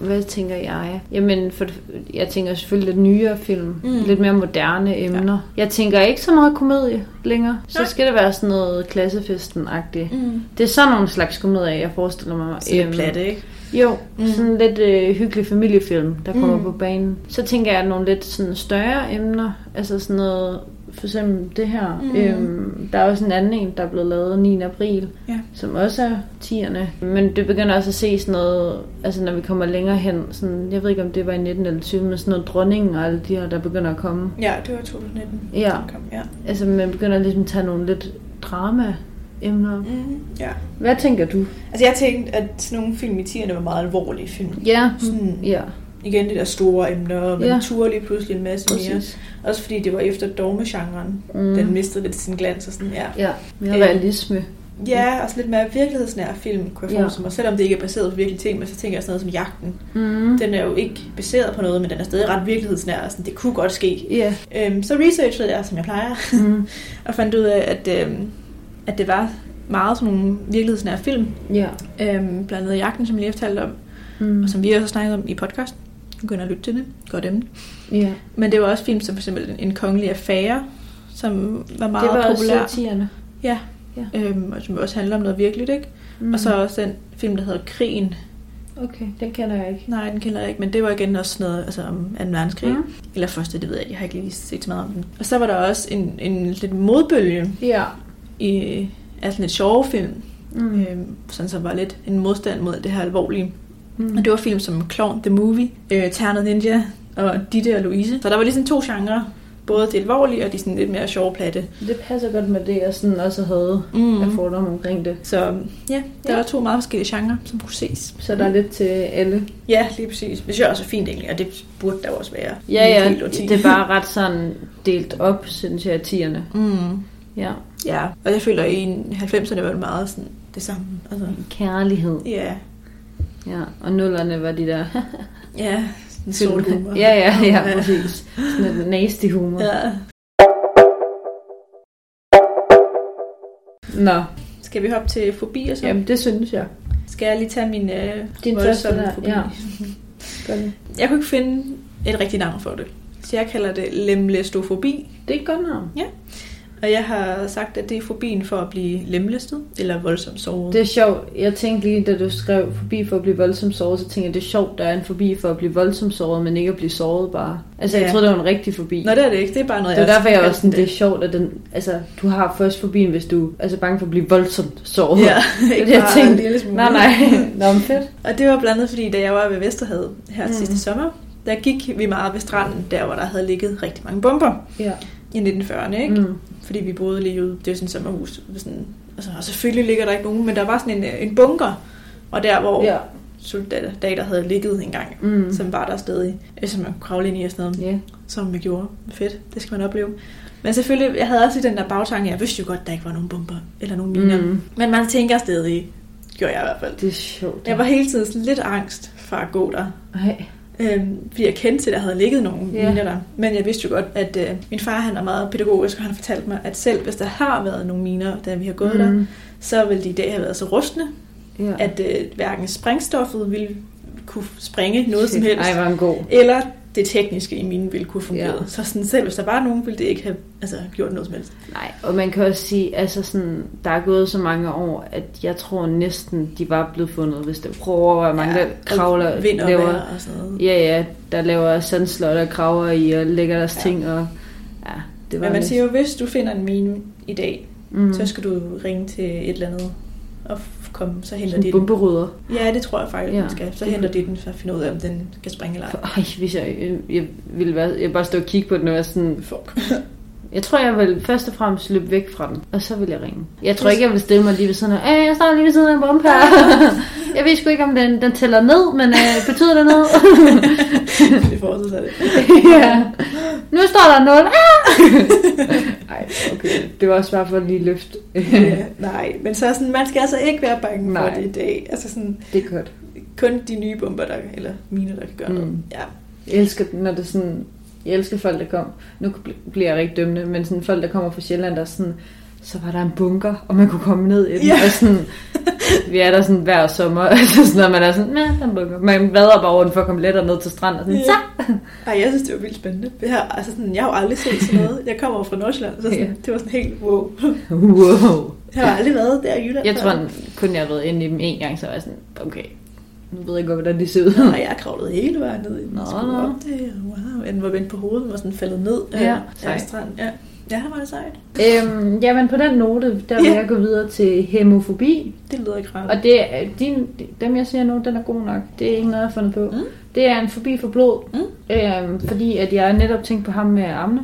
Speaker 3: Hvad tænker jeg? Jamen, for, det- jeg tænker selvfølgelig lidt nyere film.
Speaker 2: Mm.
Speaker 3: Mm. Lidt mere moderne emner. Ja. Jeg tænker ikke så meget komedie længere. Så
Speaker 2: Nej.
Speaker 3: Nej. skal det være sådan noget klassefesten-agtigt. Mm. Det er sådan nogle slags komedier, jeg forestiller mig.
Speaker 2: Så lidt
Speaker 3: Øhm,
Speaker 2: platte, ikke?
Speaker 3: Jo,
Speaker 2: Mm.
Speaker 3: mm. sådan lidt øh, hyggelig familiefilm, der kommer
Speaker 2: Mm.
Speaker 3: mm. på banen. Så tænker jeg, at nogle lidt sådan større emner, altså sådan noget, for eksempel det her.
Speaker 2: Mm.
Speaker 3: Mm. Øhm, der er også en anden en, der er blevet lavet 9. april,
Speaker 2: Ja.
Speaker 3: som også er tierne. Men det begynder også at se sådan noget, altså når vi kommer længere hen, sådan, jeg ved ikke om det var i 19 eller 20, men sådan noget dronningen og alle de her, der begynder at komme.
Speaker 2: Ja, det var 2019.
Speaker 3: Ja,
Speaker 2: den Kom, ja.
Speaker 3: altså man begynder ligesom at tage nogle lidt drama-emner.
Speaker 2: Mm, ja.
Speaker 3: Hvad tænker du?
Speaker 2: Altså jeg tænkte, at sådan nogle film i 10'erne var meget alvorlige film.
Speaker 3: Ja,
Speaker 2: Sådan,
Speaker 3: Mm, ja,
Speaker 2: igen det der store emner, og man ja.
Speaker 3: Ja.
Speaker 2: turde lige pludselig en masse mere.
Speaker 3: præcis.
Speaker 2: Også fordi det var efter dogmegenren. Mm. Den mistede lidt sin glans og sådan, ja.
Speaker 3: Ja, mere
Speaker 2: Øhm,
Speaker 3: realisme.
Speaker 2: Ja, og sådan lidt mere virkelighedsnær film, kunne jeg
Speaker 3: Mm. Ja.
Speaker 2: forestille mig. Selvom det ikke er baseret på virkelige ting, men så tænker jeg sådan noget som Jagten.
Speaker 3: Mm.
Speaker 2: Den er jo ikke baseret på noget, men den er stadig ret virkelighedsnær, og sådan, det kunne godt ske.
Speaker 3: Ja.
Speaker 2: Øhm, så researchede jeg, som jeg plejer,
Speaker 3: Mm.
Speaker 2: og fandt ud af, at, øhm, at det var meget sådan nogle virkelighedsnære film.
Speaker 3: Ja.
Speaker 2: Øhm, blandt andet Jagten, som jeg lige fortalte om,
Speaker 3: Mm.
Speaker 2: og som vi også har snakket om i podcasten. Begynder at lytte til det. Godt emne.
Speaker 3: ja.
Speaker 2: Men det var også film som for eksempel En kongelig affære, som var meget
Speaker 3: Det var også
Speaker 2: populær.
Speaker 3: satirerne.
Speaker 2: øhm, og som også handler om noget virkeligt, ikke? Mm. Og så også den film, der hedder Krigen.
Speaker 3: Okay, den kender jeg ikke.
Speaker 2: Nej, den kender jeg ikke, men det var igen også sådan noget altså om 2. verdenskrig. Mm.
Speaker 3: Mm.
Speaker 2: Eller første, det ved jeg, jeg har ikke lige set så meget om den. Og så var der også en, en lidt modbølge
Speaker 3: Ja.
Speaker 2: i altså lidt sjove film,
Speaker 3: Mm.
Speaker 2: øhm, sådan som var lidt en modstand mod det her alvorlige.
Speaker 3: Mm.
Speaker 2: Og det var film som Clown the Movie, øh, Ternet Ninja og Ditte og Louise. Så der var ligesom to genrer. Både det alvorlige og de sådan lidt mere sjove platte.
Speaker 3: Det passer godt med det, jeg sådan også havde
Speaker 2: Mm.
Speaker 3: mm. af fordomme omkring det.
Speaker 2: Så ja, der
Speaker 3: Ja.
Speaker 2: var to meget forskellige genrer, som kunne ses.
Speaker 3: Så der er lidt til alle.
Speaker 2: Ja, lige præcis. Det synes jeg også er fint egentlig, og det burde der jo også være.
Speaker 3: Ja,
Speaker 2: i et
Speaker 3: ja,
Speaker 2: helt årti.
Speaker 3: det er bare ret sådan delt op, synes jeg, tierne.
Speaker 2: [LAUGHS] Mm.
Speaker 3: Ja.
Speaker 2: Ja, og jeg føler, at i 90'erne var det meget sådan det samme. Altså,
Speaker 3: Kærlighed.
Speaker 2: ja,
Speaker 3: Ja, og nullerne var [LAUGHS] de der...
Speaker 2: ja, sådan solhumor.
Speaker 3: ja, ja, ja, præcis. Sådan lidt nasty humor. Ja.
Speaker 2: ja.
Speaker 3: Nå,
Speaker 2: Skal Skal vi hoppe til fobier så?
Speaker 3: Jamen, det synes jeg.
Speaker 2: Skal jeg lige tage min øh,
Speaker 3: Din
Speaker 2: voldsomme
Speaker 3: første der,
Speaker 2: fobi?
Speaker 3: ja. Gør det.
Speaker 2: Jeg kunne ikke finde et rigtigt navn for det. Så jeg kalder det lemlæstofobi,
Speaker 3: Det er et godt navn.
Speaker 2: og jeg har sagt, at det er fobien for at blive lemlæstet eller voldsomt såret.
Speaker 3: Det er sjovt. Jeg tænkte lige, da du skrev forbi for at blive voldsomt såret, så tænkte jeg, det er sjovt, der er en forbi for at blive voldsomt såret, men ikke at blive såret bare. Altså, ja.
Speaker 2: Ja.
Speaker 3: jeg troede, det var en rigtig forbi.
Speaker 2: Nå, det er det ikke. Det er bare noget,
Speaker 3: det var
Speaker 2: jeg
Speaker 3: derfor, jeg var sådan, det er
Speaker 2: kaldte
Speaker 3: sjovt, at den, altså, du har først forbien, hvis du er så bange for at blive voldsomt såret.
Speaker 2: Ja, ikke
Speaker 3: det, jeg
Speaker 2: bare
Speaker 3: tænkte.
Speaker 2: en lille smule.
Speaker 3: [LAUGHS] Nej, nej. [LAUGHS] Nå, men fedt.
Speaker 2: [LAUGHS] Og det var blandt andet, fordi da jeg var ved Vesterhavet her mm.
Speaker 3: Mm.
Speaker 2: sidste sommer, der gik vi meget ved stranden, der hvor der havde ligget rigtig mange bomber
Speaker 3: Ja.
Speaker 2: i 1940'erne, ikke? Mm.
Speaker 3: Mm.
Speaker 2: Fordi vi boede lige ude, det er jo sådan et sommerhus, det var sådan, altså, og selvfølgelig ligger der ikke nogen, men der var sådan en, øh, en bunker, og der hvor ja.
Speaker 3: Ja.
Speaker 2: soldater havde ligget engang,
Speaker 3: Mm.
Speaker 2: mm. som var der stadig, øh, som man kunne kravle ind i og sådan noget,
Speaker 3: Ja.
Speaker 2: som vi gjorde. Fedt, det skal man opleve. Men selvfølgelig, jeg havde også i den der bagtanke, jeg vidste jo godt, der ikke var nogen bomber eller nogen miner. Mm.
Speaker 3: Mm.
Speaker 2: Men man tænker stadig, gjorde jeg i hvert fald.
Speaker 3: Det er sjovt.
Speaker 2: Jeg var hele tiden sådan lidt angst for at gå der.
Speaker 3: Ej.
Speaker 2: Øhm, fordi jeg kendte til, at der havde ligget nogle
Speaker 3: Ja.
Speaker 2: yeah. miner der. Men jeg vidste jo godt, at øh, min far han er meget pædagogisk, og han fortalte mig, at selv hvis der har været nogle miner, da vi har gået mm. der, så ville de i dag have været så rustne,
Speaker 3: Ja.
Speaker 2: at øh, hverken sprængstoffet ville kunne sprænge noget som helst,
Speaker 3: Ej, var en god.
Speaker 2: eller det tekniske i minen ville kunne fungere.
Speaker 3: Ja.
Speaker 2: Så sådan, selv hvis der var nogen, ville det ikke have altså, gjort noget som helst.
Speaker 3: Nej, og man kan også sige, altså sådan, der er gået så mange år, at jeg tror næsten, de var blevet fundet, hvis det prøver, hvor mange ja, der kravler,
Speaker 2: og vind og
Speaker 3: laver,
Speaker 2: vejr og sådan noget.
Speaker 3: ja, ja, der laver sandslotter og kraver i og lægger deres
Speaker 2: Ja.
Speaker 3: ja. ting, og ja, det var
Speaker 2: Men man
Speaker 3: lidt-
Speaker 2: siger jo, hvis du finder en mine i dag,
Speaker 3: mm,
Speaker 2: så skal du ringe til et eller andet og f- komme, så henter
Speaker 3: sådan
Speaker 2: de den.
Speaker 3: bomberydder.
Speaker 2: Ja, det tror jeg faktisk, ja.
Speaker 3: Ja.
Speaker 2: den skal. Så henter de den, for at finde ud af, om den kan springe eller ej.
Speaker 3: For, ej, hvis jeg, øh, jeg ville være, jeg bare stå og kigge på den, og være sådan,
Speaker 2: Fuck.
Speaker 3: jeg tror, jeg vil først og fremmest løbe væk fra den, og så vil jeg ringe. Jeg tror
Speaker 2: Hvis-
Speaker 3: ikke, jeg vil stille mig lige ved siden af, "Øh, jeg står lige ved siden af en bombe [LAUGHS] her. jeg ved sgu ikke, om den, den tæller ned, men øh, betyder det [LAUGHS] noget?
Speaker 2: [LAUGHS] Det forestiller sig det.
Speaker 3: ja. Nu står der [LAUGHS] 0. Nej, okay. Det var også bare for at lige løft.
Speaker 2: Ja, nej, men så er sådan, man skal altså ikke være bange nej.
Speaker 3: Nej.
Speaker 2: for det i dag. Altså sådan,
Speaker 3: det er godt.
Speaker 2: kun de nye bomber, der, eller miner, der kan gøre mm.
Speaker 3: Mm.
Speaker 2: noget. Ja.
Speaker 3: Jeg elsker, når det er sådan... Jeg elsker folk, der kom... Nu bl- bliver jeg rigtig dømmende, men sådan folk, der kommer fra Sjælland, der er sådan... Så var der en bunker, og man kunne komme ned i den.
Speaker 2: Ja.
Speaker 3: Og sådan, vi er der sådan hver sommer, [LAUGHS] altså sådan, og man er sådan, ja, der er en bunker. Man vader bare over den for at komme lettere ned til stranden, og sådan,
Speaker 2: Ja.
Speaker 3: så!
Speaker 2: Ej, jeg synes, det var vildt spændende. Det her, altså sådan, jeg har jo aldrig set sådan noget. Jeg kommer jo fra Nordsjælland, så sådan,
Speaker 3: Ja.
Speaker 2: det var sådan helt wow.
Speaker 3: Wow.
Speaker 2: Jeg har aldrig været der i Jylland.
Speaker 3: Jeg
Speaker 2: før.
Speaker 3: tror kun, jeg har været inde i dem en gang, så var jeg sådan, okay, nu ved jeg godt, hvordan de ser ud.
Speaker 2: Nej, jeg kravlede hele vejen ned i den.
Speaker 3: Nå,
Speaker 2: Skulle
Speaker 3: nå.
Speaker 2: op det. Wow, den var vendt på hovedet, var sådan faldet ned øh,
Speaker 3: Ja,
Speaker 2: af
Speaker 3: sejt.
Speaker 2: stranden. Ja, ja her var det sejt.
Speaker 3: Øhm, jamen på den note, der vil
Speaker 2: Ja.
Speaker 3: jeg gå videre til hemofobi.
Speaker 2: Det lyder ikke rart.
Speaker 3: Og det er, øh, din, dem jeg ser nu, den er god nok. Det er ikke noget, jeg har fundet på.
Speaker 2: Mm.
Speaker 3: Det er en fobi for blod.
Speaker 2: Mm.
Speaker 3: Øhm, fordi at jeg netop tænkte på ham med armene.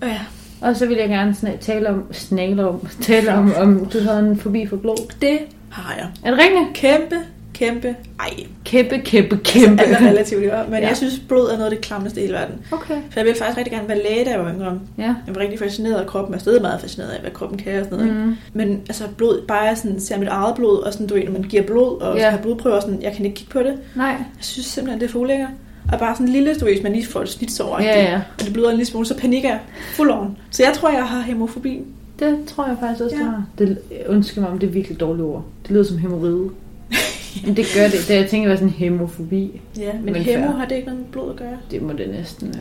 Speaker 2: Og ja,
Speaker 3: Og så vil jeg gerne sna- tale om, snale om, [LAUGHS] tale om, om du havde en fobi for blod.
Speaker 2: det har jeg.
Speaker 3: Er det rigtigt? Altså,
Speaker 2: Kæmpe, kæmpe,
Speaker 3: [LAUGHS]
Speaker 2: ej,
Speaker 3: Kæmpe, kæmpe, kæmpe.
Speaker 2: alt er relativt, ikke? men ja.
Speaker 3: Ja.
Speaker 2: jeg synes, blod er noget af det klammeste i hele verden.
Speaker 3: Okay.
Speaker 2: Så jeg ville faktisk rigtig gerne være læge, da jeg var yngre.
Speaker 3: Ja.
Speaker 2: Jeg var rigtig fascineret af kroppen, jeg er stadig meget fascineret af, hvad kroppen kan og sådan noget. Mm.
Speaker 3: Mm.
Speaker 2: Men altså blod, bare jeg sådan, ser mit eget blod, og sådan, du ved, når man giver blod og
Speaker 3: Ja.
Speaker 2: yeah. har blodprøver, sådan, jeg kan ikke kigge på det.
Speaker 3: Nej.
Speaker 2: Jeg synes simpelthen, det er for ulækkert. Og bare sådan en lille, du ved, hvis man lige får et snitsår,
Speaker 3: Ja, ja.
Speaker 2: og det bløder en lille smule, så panikker jeg full on. Så jeg tror, jeg har hemofobi.
Speaker 3: Det tror jeg faktisk også,
Speaker 2: Ja.
Speaker 3: ja. det har. Det, undskyld mig, om det er virkelig dårlige ord. Det lyder som [LAUGHS] hemoride. Men det gør det. Da jeg tænker, det var sådan hemofobi.
Speaker 2: Ja, men, men
Speaker 3: Men
Speaker 2: hemo
Speaker 3: fair.
Speaker 2: har det ikke noget med blod at gøre?
Speaker 3: Det må det næsten... Øh...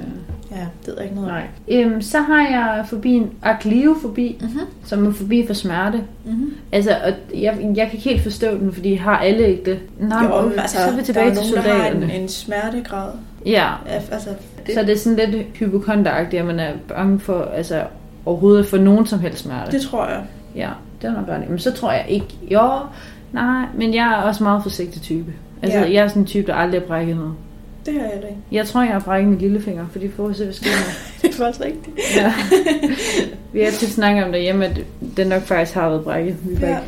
Speaker 2: Ja, det ved jeg ikke noget om.
Speaker 3: Nej. Øhm, så har jeg fobien agliofobi,
Speaker 2: Mhm.
Speaker 3: som er fobi for smerte.
Speaker 2: Mm-hmm.
Speaker 3: Altså, og jeg, jeg kan ikke helt forstå den, fordi har alle ikke det? Nej,
Speaker 2: Jo,
Speaker 3: okay.
Speaker 2: men altså,
Speaker 3: så er vi tilbage
Speaker 2: der er
Speaker 3: til
Speaker 2: nogen, der har en,
Speaker 3: soldaterne.
Speaker 2: en smertegrad.
Speaker 3: Ja,
Speaker 2: Ja, altså, det,
Speaker 3: så det er sådan lidt hypokonteragtigt, at man er bange for, altså, overhovedet for nogen som helst smerte.
Speaker 2: det tror jeg.
Speaker 3: Ja, det var nok godt. Men så tror jeg ikke, jo, nej, men jeg er også meget forsigtig type. Altså,
Speaker 2: Ja.
Speaker 3: jeg er sådan en type, der aldrig har brækket noget.
Speaker 2: Det har jeg da ikke.
Speaker 3: Jeg tror, jeg har brækket min lillefinger, fordi for at se, hvad sker der.
Speaker 2: [LAUGHS] Det er faktisk rigtigt.
Speaker 3: Ja. [LAUGHS] vi har altid snakket om derhjemme, at den nok faktisk har været brækket. Vi bare
Speaker 2: Ja.
Speaker 3: ikke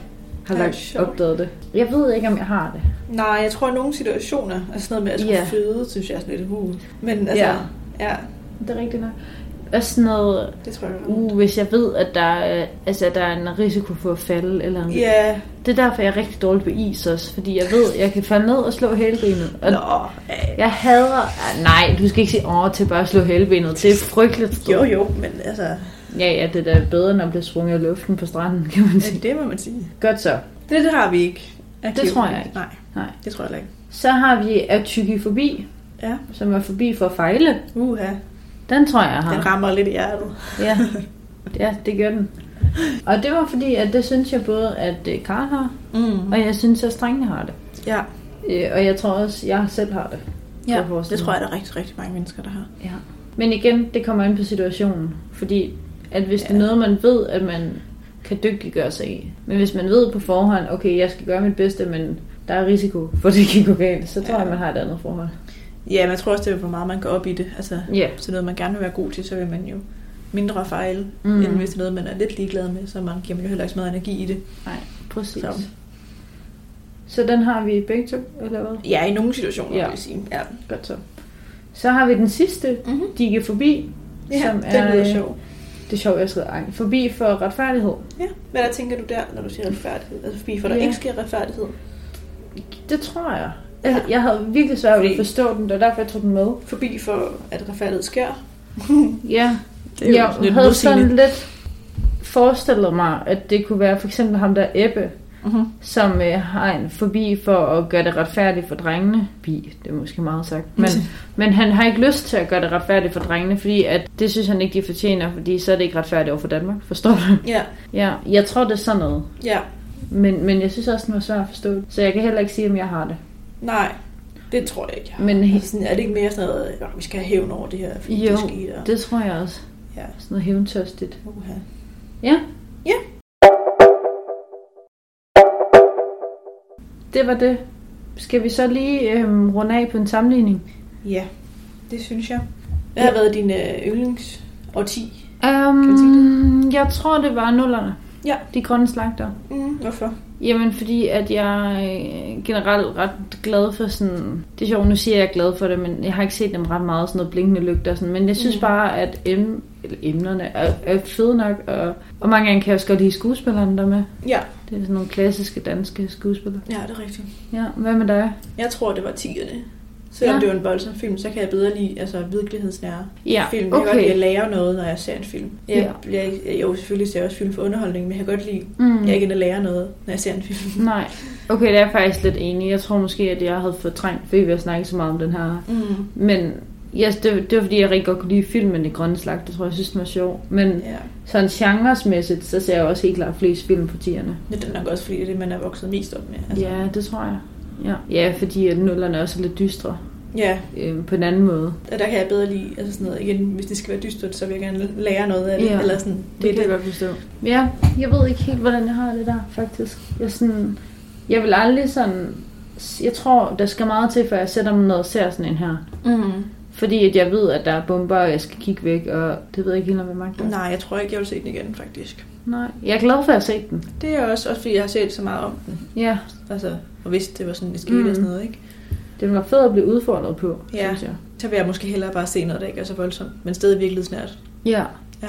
Speaker 3: har
Speaker 2: Ja,
Speaker 3: lagt
Speaker 2: sjovt.
Speaker 3: opdaget det. Jeg ved ikke, om jeg har det.
Speaker 2: Nej, jeg tror, at nogle situationer, altså sådan noget med at skulle
Speaker 3: Ja.
Speaker 2: føde, synes jeg er sådan lidt hul. Men altså, ja.
Speaker 3: Ja.
Speaker 2: ja,
Speaker 3: Det er rigtigt nok. Også sådan noget,
Speaker 2: det tror jeg. er ondt.
Speaker 3: uh, hvis jeg ved, at der, er, altså, at der er en risiko for at falde. Eller en...
Speaker 2: Ja,
Speaker 3: Det er derfor, jeg er rigtig dårlig på is også. Fordi jeg ved, at jeg kan falde ned og slå hælbenet. Og
Speaker 2: nå, ja.
Speaker 3: Jeg hader... Ah, Nej, du skal ikke sige åh til bare at slå hælbenet. Det er frygteligt.
Speaker 2: jo jo, men altså,
Speaker 3: Ja, ja, det er da bedre, end at blive sprunget i luften på stranden, kan man sige.
Speaker 2: Ja, det må man sige.
Speaker 3: Godt så.
Speaker 2: Det, det har vi ikke. Arkiv.
Speaker 3: tror jeg ikke.
Speaker 2: Nej,
Speaker 3: Nej.
Speaker 2: det tror jeg heller ikke.
Speaker 3: Så har vi atykifobi,
Speaker 2: Ja,
Speaker 3: som er forbi for at fejle.
Speaker 2: uha.
Speaker 3: Den tror jeg, jeg har.
Speaker 2: Den rammer lidt i hjertet.
Speaker 3: Ja, ja det gør den. Og det var fordi, at det synes jeg både, at øh, Karl har,
Speaker 2: Mm.
Speaker 3: og jeg synes, at strengene har det.
Speaker 2: Ja,
Speaker 3: Øh, Og jeg tror også, jeg selv har det.
Speaker 2: ja
Speaker 3: Jeg forestiller
Speaker 2: det tror jeg, der er rigtig, rigtig mange mennesker, der har.
Speaker 3: Ja. Men igen, det kommer ind på situationen. Fordi at hvis ja. det er
Speaker 2: Ja.
Speaker 3: noget, man ved, at man kan dygtiggøre sig i. Men hvis man ved på forhånd, okay, jeg skal gøre mit bedste, men der er risiko for, at det kan gå galt, så tror
Speaker 2: Ja.
Speaker 3: jeg, man har et andet forhold.
Speaker 2: Ja, men jeg tror også, det er, hvor meget man går op i det. Altså,
Speaker 3: Ja.
Speaker 2: så noget, man gerne vil være god til, så vil man jo mindre fejle,
Speaker 3: Mm.
Speaker 2: mm. end hvis det er noget, man er lidt ligeglad med, så man giver man jo heller ikke så meget energi i det.
Speaker 3: Præcis.
Speaker 2: Så.
Speaker 3: Så. så den har vi begge to, eller hvad?
Speaker 2: Ja, i nogle situationer,
Speaker 3: Ja.
Speaker 2: vil jeg sige. Ja,
Speaker 3: Godt så. Så har vi den sidste,
Speaker 2: Mhm.
Speaker 3: digefobi,
Speaker 2: ja
Speaker 3: Mm-hmm. som
Speaker 2: den
Speaker 3: er...
Speaker 2: lyder
Speaker 3: øh,
Speaker 2: sjov.
Speaker 3: Det er sjovt, jeg skrev ej. Forbi for retfærdighed.
Speaker 2: Ja. Hvad der tænker du der, når du siger retfærdighed? Altså, fordi for der
Speaker 3: Ja.
Speaker 2: ja. ikke sker retfærdighed.
Speaker 3: Det tror jeg. Altså, jeg havde virkelig svært ved at
Speaker 2: Fordi-
Speaker 3: forstå den, det var derfor, jeg tog den med.
Speaker 2: Forbi for, at retfærdighed sker.
Speaker 3: Ja,
Speaker 2: Det er jo
Speaker 3: jeg
Speaker 2: lidt
Speaker 3: havde
Speaker 2: modsigende.
Speaker 3: sådan lidt forestillet mig, at det kunne være for eksempel ham der Ebbe,
Speaker 2: Mhm.
Speaker 3: som øh, har en forbi for at gøre det retfærdigt for drengene. Bi, det er måske meget sagt. [LAUGHS] Men, men han har ikke lyst til at gøre det retfærdigt for drengene, fordi at det synes han ikke, de fortjener, fordi så er det ikke retfærdigt over for Danmark. Forstår du?
Speaker 2: Ja,
Speaker 3: Ja, jeg tror, det er sådan noget.
Speaker 2: ja.
Speaker 3: Men, men jeg synes også, den var svær at forstå. Så jeg kan heller ikke sige, om jeg har det.
Speaker 2: Nej, det tror jeg ikke.
Speaker 3: Men he-
Speaker 2: Altså, sådan, er det ikke mere sådan noget, at vi skal have hævn over det her, fordi
Speaker 3: Jo.
Speaker 2: det skete? Og...
Speaker 3: Det tror jeg også.
Speaker 2: Ja.
Speaker 3: Sådan noget hævntørstigt.
Speaker 2: Uha.
Speaker 3: Ja.
Speaker 2: Ja.
Speaker 3: Det var det. Skal vi så lige øhm, runde af på en sammenligning?
Speaker 2: Ja, det synes jeg. Hvad har været din øh, yndlings årti? man sige
Speaker 3: Um, jeg tror, det var nullerne.
Speaker 2: Øhm, Ja.
Speaker 3: De grønne slagter.
Speaker 2: Mm, hvorfor?
Speaker 3: Jamen, fordi at jeg øh, generelt ret glad for sådan... Det er sjovt, nu siger jeg, jeg er glad for det, men jeg har ikke set dem ret meget, sådan noget blinkende lygter og sådan. Men jeg synes
Speaker 2: Mm.
Speaker 3: bare, at em, eller emnerne er, er fede nok, og, og mange gange kan jeg også godt lide skuespillerne der er med.
Speaker 2: Ja,
Speaker 3: Det er sådan nogle klassiske danske skuespillere.
Speaker 2: ja, det er rigtigt.
Speaker 3: Ja, hvad med dig?
Speaker 2: Jeg tror, det var 10'erne. Selvom ja.
Speaker 3: Ja.
Speaker 2: det var en voldsom film, så kan jeg bedre lide altså, virkelighedsnære
Speaker 3: Ja,
Speaker 2: film. Jeg kan godt lide at
Speaker 3: okay.
Speaker 2: lære noget, når jeg ser en film. Jeg, jeg, jeg, jo, selvfølgelig ser jeg også film for underholdning, men jeg kan godt lide,
Speaker 3: Mm.
Speaker 2: jeg er ikke inde at lære noget, når jeg ser en film.
Speaker 3: Nej. Okay, det er jeg faktisk lidt enig. Jeg tror måske, at jeg havde fortrængt, fordi vi har snakket så meget om den her.
Speaker 2: Mm.
Speaker 3: Men yes, det, det var fordi, jeg rigtig godt kunne lide filmen Det Grønne Slag. Det tror jeg, jeg synes, den var sjov. Men
Speaker 2: Ja.
Speaker 3: sådan genresmæssigt, så ser jeg også helt klart flest film på tierne.
Speaker 2: Men det er nok også, fordi det er det, man er vokset mest op med. altså.
Speaker 3: Ja, det tror jeg. Ja, ja fordi at nullerne også er lidt dystre
Speaker 2: ja,
Speaker 3: øh, på en anden måde.
Speaker 2: Og der kan jeg bedre lide, altså sådan noget, igen, hvis det skal være dystert, så vil jeg gerne lære noget af det,
Speaker 3: Ja.
Speaker 2: ja. eller sådan, det, er det.
Speaker 3: godt forstå. Ja, jeg ved ikke helt, hvordan jeg har det der, faktisk. Jeg, er sådan, jeg vil aldrig sådan... Jeg tror, der skal meget til, før jeg sætter mig ned og ser sådan en her.
Speaker 2: Mm.
Speaker 3: Fordi at jeg ved, at der er bomber, og jeg skal kigge væk, og det ved jeg ikke helt, om jeg magter.
Speaker 2: Nej, jeg tror ikke, jeg vil se den igen, faktisk.
Speaker 3: Nej. Jeg er glad for at se den.
Speaker 2: Det er også, også fordi jeg har set så meget om den,
Speaker 3: Ja,
Speaker 2: altså, og vidste, det var sådan, det skete
Speaker 3: Mm.
Speaker 2: mm. og sådan noget, ikke?
Speaker 3: den var fed at blive udfordret på,
Speaker 2: Ja.
Speaker 3: synes jeg.
Speaker 2: Så vil jeg måske hellere bare se noget, der ikke er så voldsomt, men stadig virkelig snært.
Speaker 3: Ja.
Speaker 2: Ja.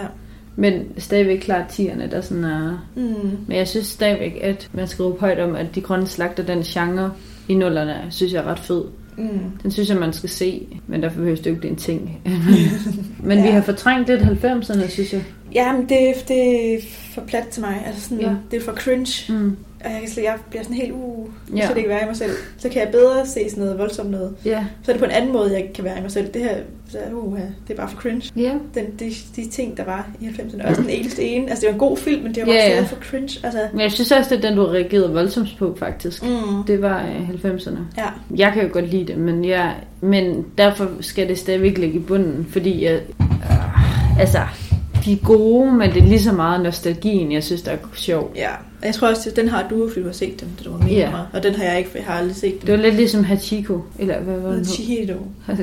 Speaker 3: Men stadigvæk klart tierne, der sådan er...
Speaker 2: Mm.
Speaker 3: Men jeg synes stadigvæk, at man skal råbe højt om, at de grønne slagter den genre i nullerne, synes jeg er ret fed.
Speaker 2: Mm.
Speaker 3: Den synes jeg, man skal se, men derfor behøver det jo ikke det er en ting. men ja. vi
Speaker 2: Ja.
Speaker 3: har fortrængt lidt 90'erne, synes jeg.
Speaker 2: Ja, men det, det er for plat til mig, altså sådan,
Speaker 3: Ja.
Speaker 2: ja. det er for cringe,
Speaker 3: Mm.
Speaker 2: og jeg, kan slet, jeg bliver sådan helt uh, u...
Speaker 3: Ja.
Speaker 2: Ja. Så det ikke være i mig selv. Så kan jeg bedre se sådan noget voldsomt noget.
Speaker 3: Ja.
Speaker 2: Så er det på en anden måde, jeg kan være i mig selv. Det her, så, uh, det er bare for cringe.
Speaker 3: Ja.
Speaker 2: den, de, de ting, der var i 90'erne. Også den eneste ene. Altså, det var en god film, men det var
Speaker 3: Ja,
Speaker 2: yeah,
Speaker 3: ja.
Speaker 2: yeah. for cringe. Altså,
Speaker 3: Men jeg synes også, det er den, du reagerede voldsomt på, faktisk.
Speaker 2: mm.
Speaker 3: Det var øh, 90'erne.
Speaker 2: Ja,
Speaker 3: Jeg kan jo godt lide det, men, jeg, men derfor skal det stadigvæk ligge i bunden, fordi jeg, øh, altså, de er gode, men det er lige så meget nostalgien, jeg synes, der er sjov.
Speaker 2: ja. Og jeg tror også, at den har du, fordi du har set dem, da du var mindre.
Speaker 3: Ja.
Speaker 2: Yeah. Og den har jeg ikke, for jeg har aldrig set
Speaker 3: Det
Speaker 2: dem.
Speaker 3: var lidt ligesom Hachiko, eller hvad var
Speaker 2: Den
Speaker 3: det
Speaker 2: Chihiro.
Speaker 3: [LAUGHS]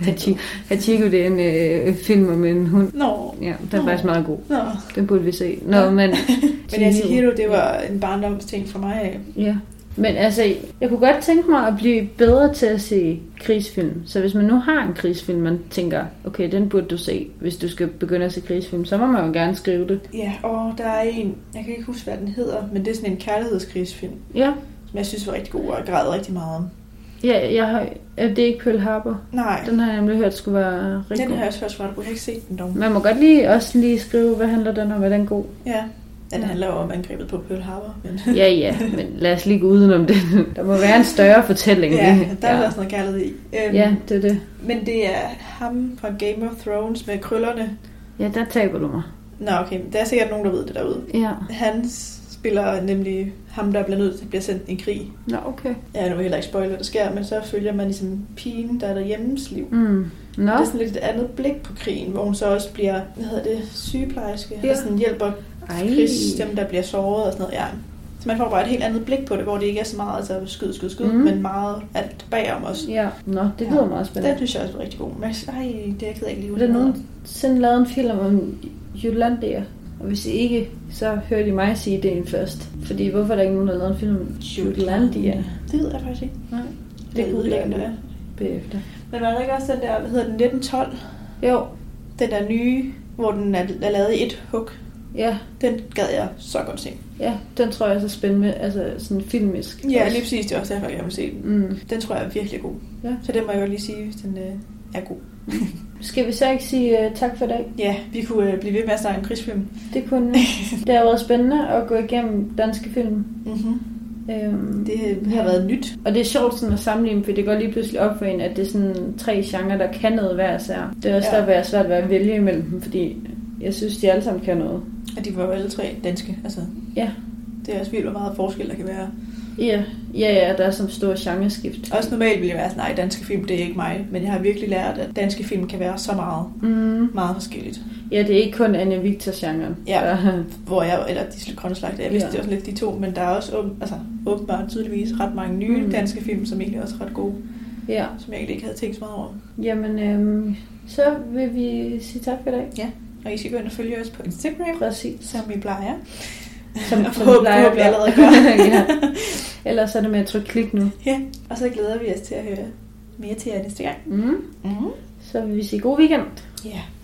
Speaker 3: Hachiko, Hachiko, det er en øh, film om en hund.
Speaker 2: Nå,
Speaker 3: Ja, den er
Speaker 2: Nå.
Speaker 3: faktisk meget god.
Speaker 2: nå.
Speaker 3: Den burde vi se. Nå,
Speaker 2: Ja.
Speaker 3: men...
Speaker 2: [LAUGHS] Men ja, Chihiro, det var en barndomsting for mig. af.
Speaker 3: Ja. Men altså, jeg kunne godt tænke mig at blive bedre til at se krigsfilm. Så hvis man nu har en krigsfilm, man tænker, okay, den burde du se, hvis du skal begynde at se krigsfilm, så må man jo gerne skrive det.
Speaker 2: Ja, og der er en, jeg kan ikke huske, hvad den hedder, men det er sådan en kærlighedskrigsfilm,
Speaker 3: Ja.
Speaker 2: som jeg synes var rigtig god, og jeg græd rigtig meget om.
Speaker 3: Ja, jeg har, ja, det er ikke Pearl Harbor.
Speaker 2: Nej, den,
Speaker 3: Den har jeg nemlig hørt skulle være rigtig
Speaker 2: den har
Speaker 3: god.
Speaker 2: jeg også hørt svaret på. Jeg har ikke set den dog.
Speaker 3: Man må godt lige også lige skrive, hvad handler den om, er den god?
Speaker 2: Ja, den
Speaker 3: Ja.
Speaker 2: handler jo om angrebet på Pearl Harbor. Men... [LAUGHS]
Speaker 3: Ja, ja, men lad os lige gå udenom det. Der må være en større fortælling.
Speaker 2: ja, der er
Speaker 3: ja.
Speaker 2: der også noget kærlighed i. Øhm,
Speaker 3: ja, det er det.
Speaker 2: Men det er ham fra Game of Thrones med krøllerne.
Speaker 3: Ja, der taber du mig.
Speaker 2: Nå, okay, men der er sikkert nogen, der ved det derude.
Speaker 3: Ja.
Speaker 2: Han spiller nemlig ham, der bliver nødt til at blive sendt i krig.
Speaker 3: Nå, okay.
Speaker 2: Ja, nu vil jeg heller ikke spoil, hvad der sker, men så følger man ligesom pigen, der er derhjemmes liv.
Speaker 3: Mm. Nå,
Speaker 2: Det er sådan lidt et andet blik på krigen, hvor hun så også bliver, hvad hedder det, sygeplejerske, ja.
Speaker 3: Ja.
Speaker 2: og sådan hjælper
Speaker 3: ej.
Speaker 2: krigs, dem, der bliver såret og sådan noget. Ja. Så man får bare et helt andet blik på det, hvor det ikke er så meget altså, skyd, skyd, skyd, mm.
Speaker 3: Mm.
Speaker 2: men meget alt bagom os.
Speaker 3: Ja, nå, det
Speaker 2: Ja.
Speaker 3: lyder meget
Speaker 2: Den
Speaker 3: spændende.
Speaker 2: synes jeg også er rigtig god. Men ej, det er jeg ked af ikke lige
Speaker 3: Er
Speaker 2: ud.
Speaker 3: der nogensinde lavet en film om Jutlandia? Og hvis I ikke, så hører de mig sige det først. Fordi hvorfor er der ikke nogen, der har lavet en film om Jutlandia?
Speaker 2: Det ved jeg faktisk ikke.
Speaker 3: Nej,
Speaker 2: Det
Speaker 3: det
Speaker 2: ved
Speaker 3: googler
Speaker 2: jeg
Speaker 3: jeg
Speaker 2: ikke, hvad det er.
Speaker 3: nu bagefter.
Speaker 2: Men var der ikke også den der, hvad hedder den, 1912?
Speaker 3: Jo,
Speaker 2: Den der nye, hvor den er, er lavet i et hug.
Speaker 3: ja,
Speaker 2: Den gad jeg så godt se.
Speaker 3: ja, den tror jeg også er spændende, altså sådan filmisk.
Speaker 2: Ja,
Speaker 3: også.
Speaker 2: lige præcis. Det er også derfor, jeg vil se den.
Speaker 3: Mm.
Speaker 2: Den tror jeg er virkelig god.
Speaker 3: Ja.
Speaker 2: Så den må jeg jo lige sige, hvis den øh, er god.
Speaker 3: Skal vi så ikke sige uh, tak for i dag?
Speaker 2: Ja, vi kunne øh, blive ved med at snakke om [LAUGHS] krigsfilm.
Speaker 3: Det, kunne, det har været spændende at gå igennem danske film.
Speaker 2: Mm-hmm.
Speaker 3: Øhm,
Speaker 2: Det øh, har været nyt.
Speaker 3: Og det er sjovt sådan at sammenligne, for det går lige pludselig op for en, at det er sådan tre genrer, der kan noget hver især. Det er også
Speaker 2: Ja.
Speaker 3: ja. der, hvor jeg er svært ved at vælge imellem dem, fordi jeg synes, de alle sammen kan noget.
Speaker 2: Og de var jo alle tre danske. Altså,
Speaker 3: Ja.
Speaker 2: Det er også vildt, hvor meget forskel der kan være.
Speaker 3: Ja, ja, ja der er som store genreskift.
Speaker 2: Også normalt ville jeg være sådan, nej, danske film, det er ikke mig. Men jeg har virkelig lært, at danske film kan være så meget,
Speaker 3: Mm.
Speaker 2: meget forskelligt.
Speaker 3: Ja, det er ikke kun Anne Victor-genren.
Speaker 2: Ja.
Speaker 3: Der,
Speaker 2: Hvor jeg, eller de grønne slagter, jeg vidste ja.
Speaker 3: Ja.
Speaker 2: det var sådan lidt de to, men der er også åben, altså, åbenbart tydeligvis ret mange nye mm.
Speaker 3: Mm.
Speaker 2: danske film, som egentlig også er ret gode,
Speaker 3: [LAUGHS] ja.
Speaker 2: som jeg egentlig ikke havde tænkt så meget over.
Speaker 3: Jamen, øhm, så vil vi sige tak for i dag.
Speaker 2: Og I skal gå ind og følge os på Instagram,
Speaker 3: Præcis.
Speaker 2: som I plejer.
Speaker 3: Som,
Speaker 2: Og forhåbentlig-
Speaker 3: at
Speaker 2: forhåbentlig allerede
Speaker 3: gøre. [LAUGHS] ja. Ellers er det med at trykke klik nu.
Speaker 2: Ja. Og så glæder vi os til at høre mere til jer næste gang.
Speaker 3: Mm.
Speaker 2: Mm.
Speaker 3: Så vil vi sige god weekend.
Speaker 2: Ja.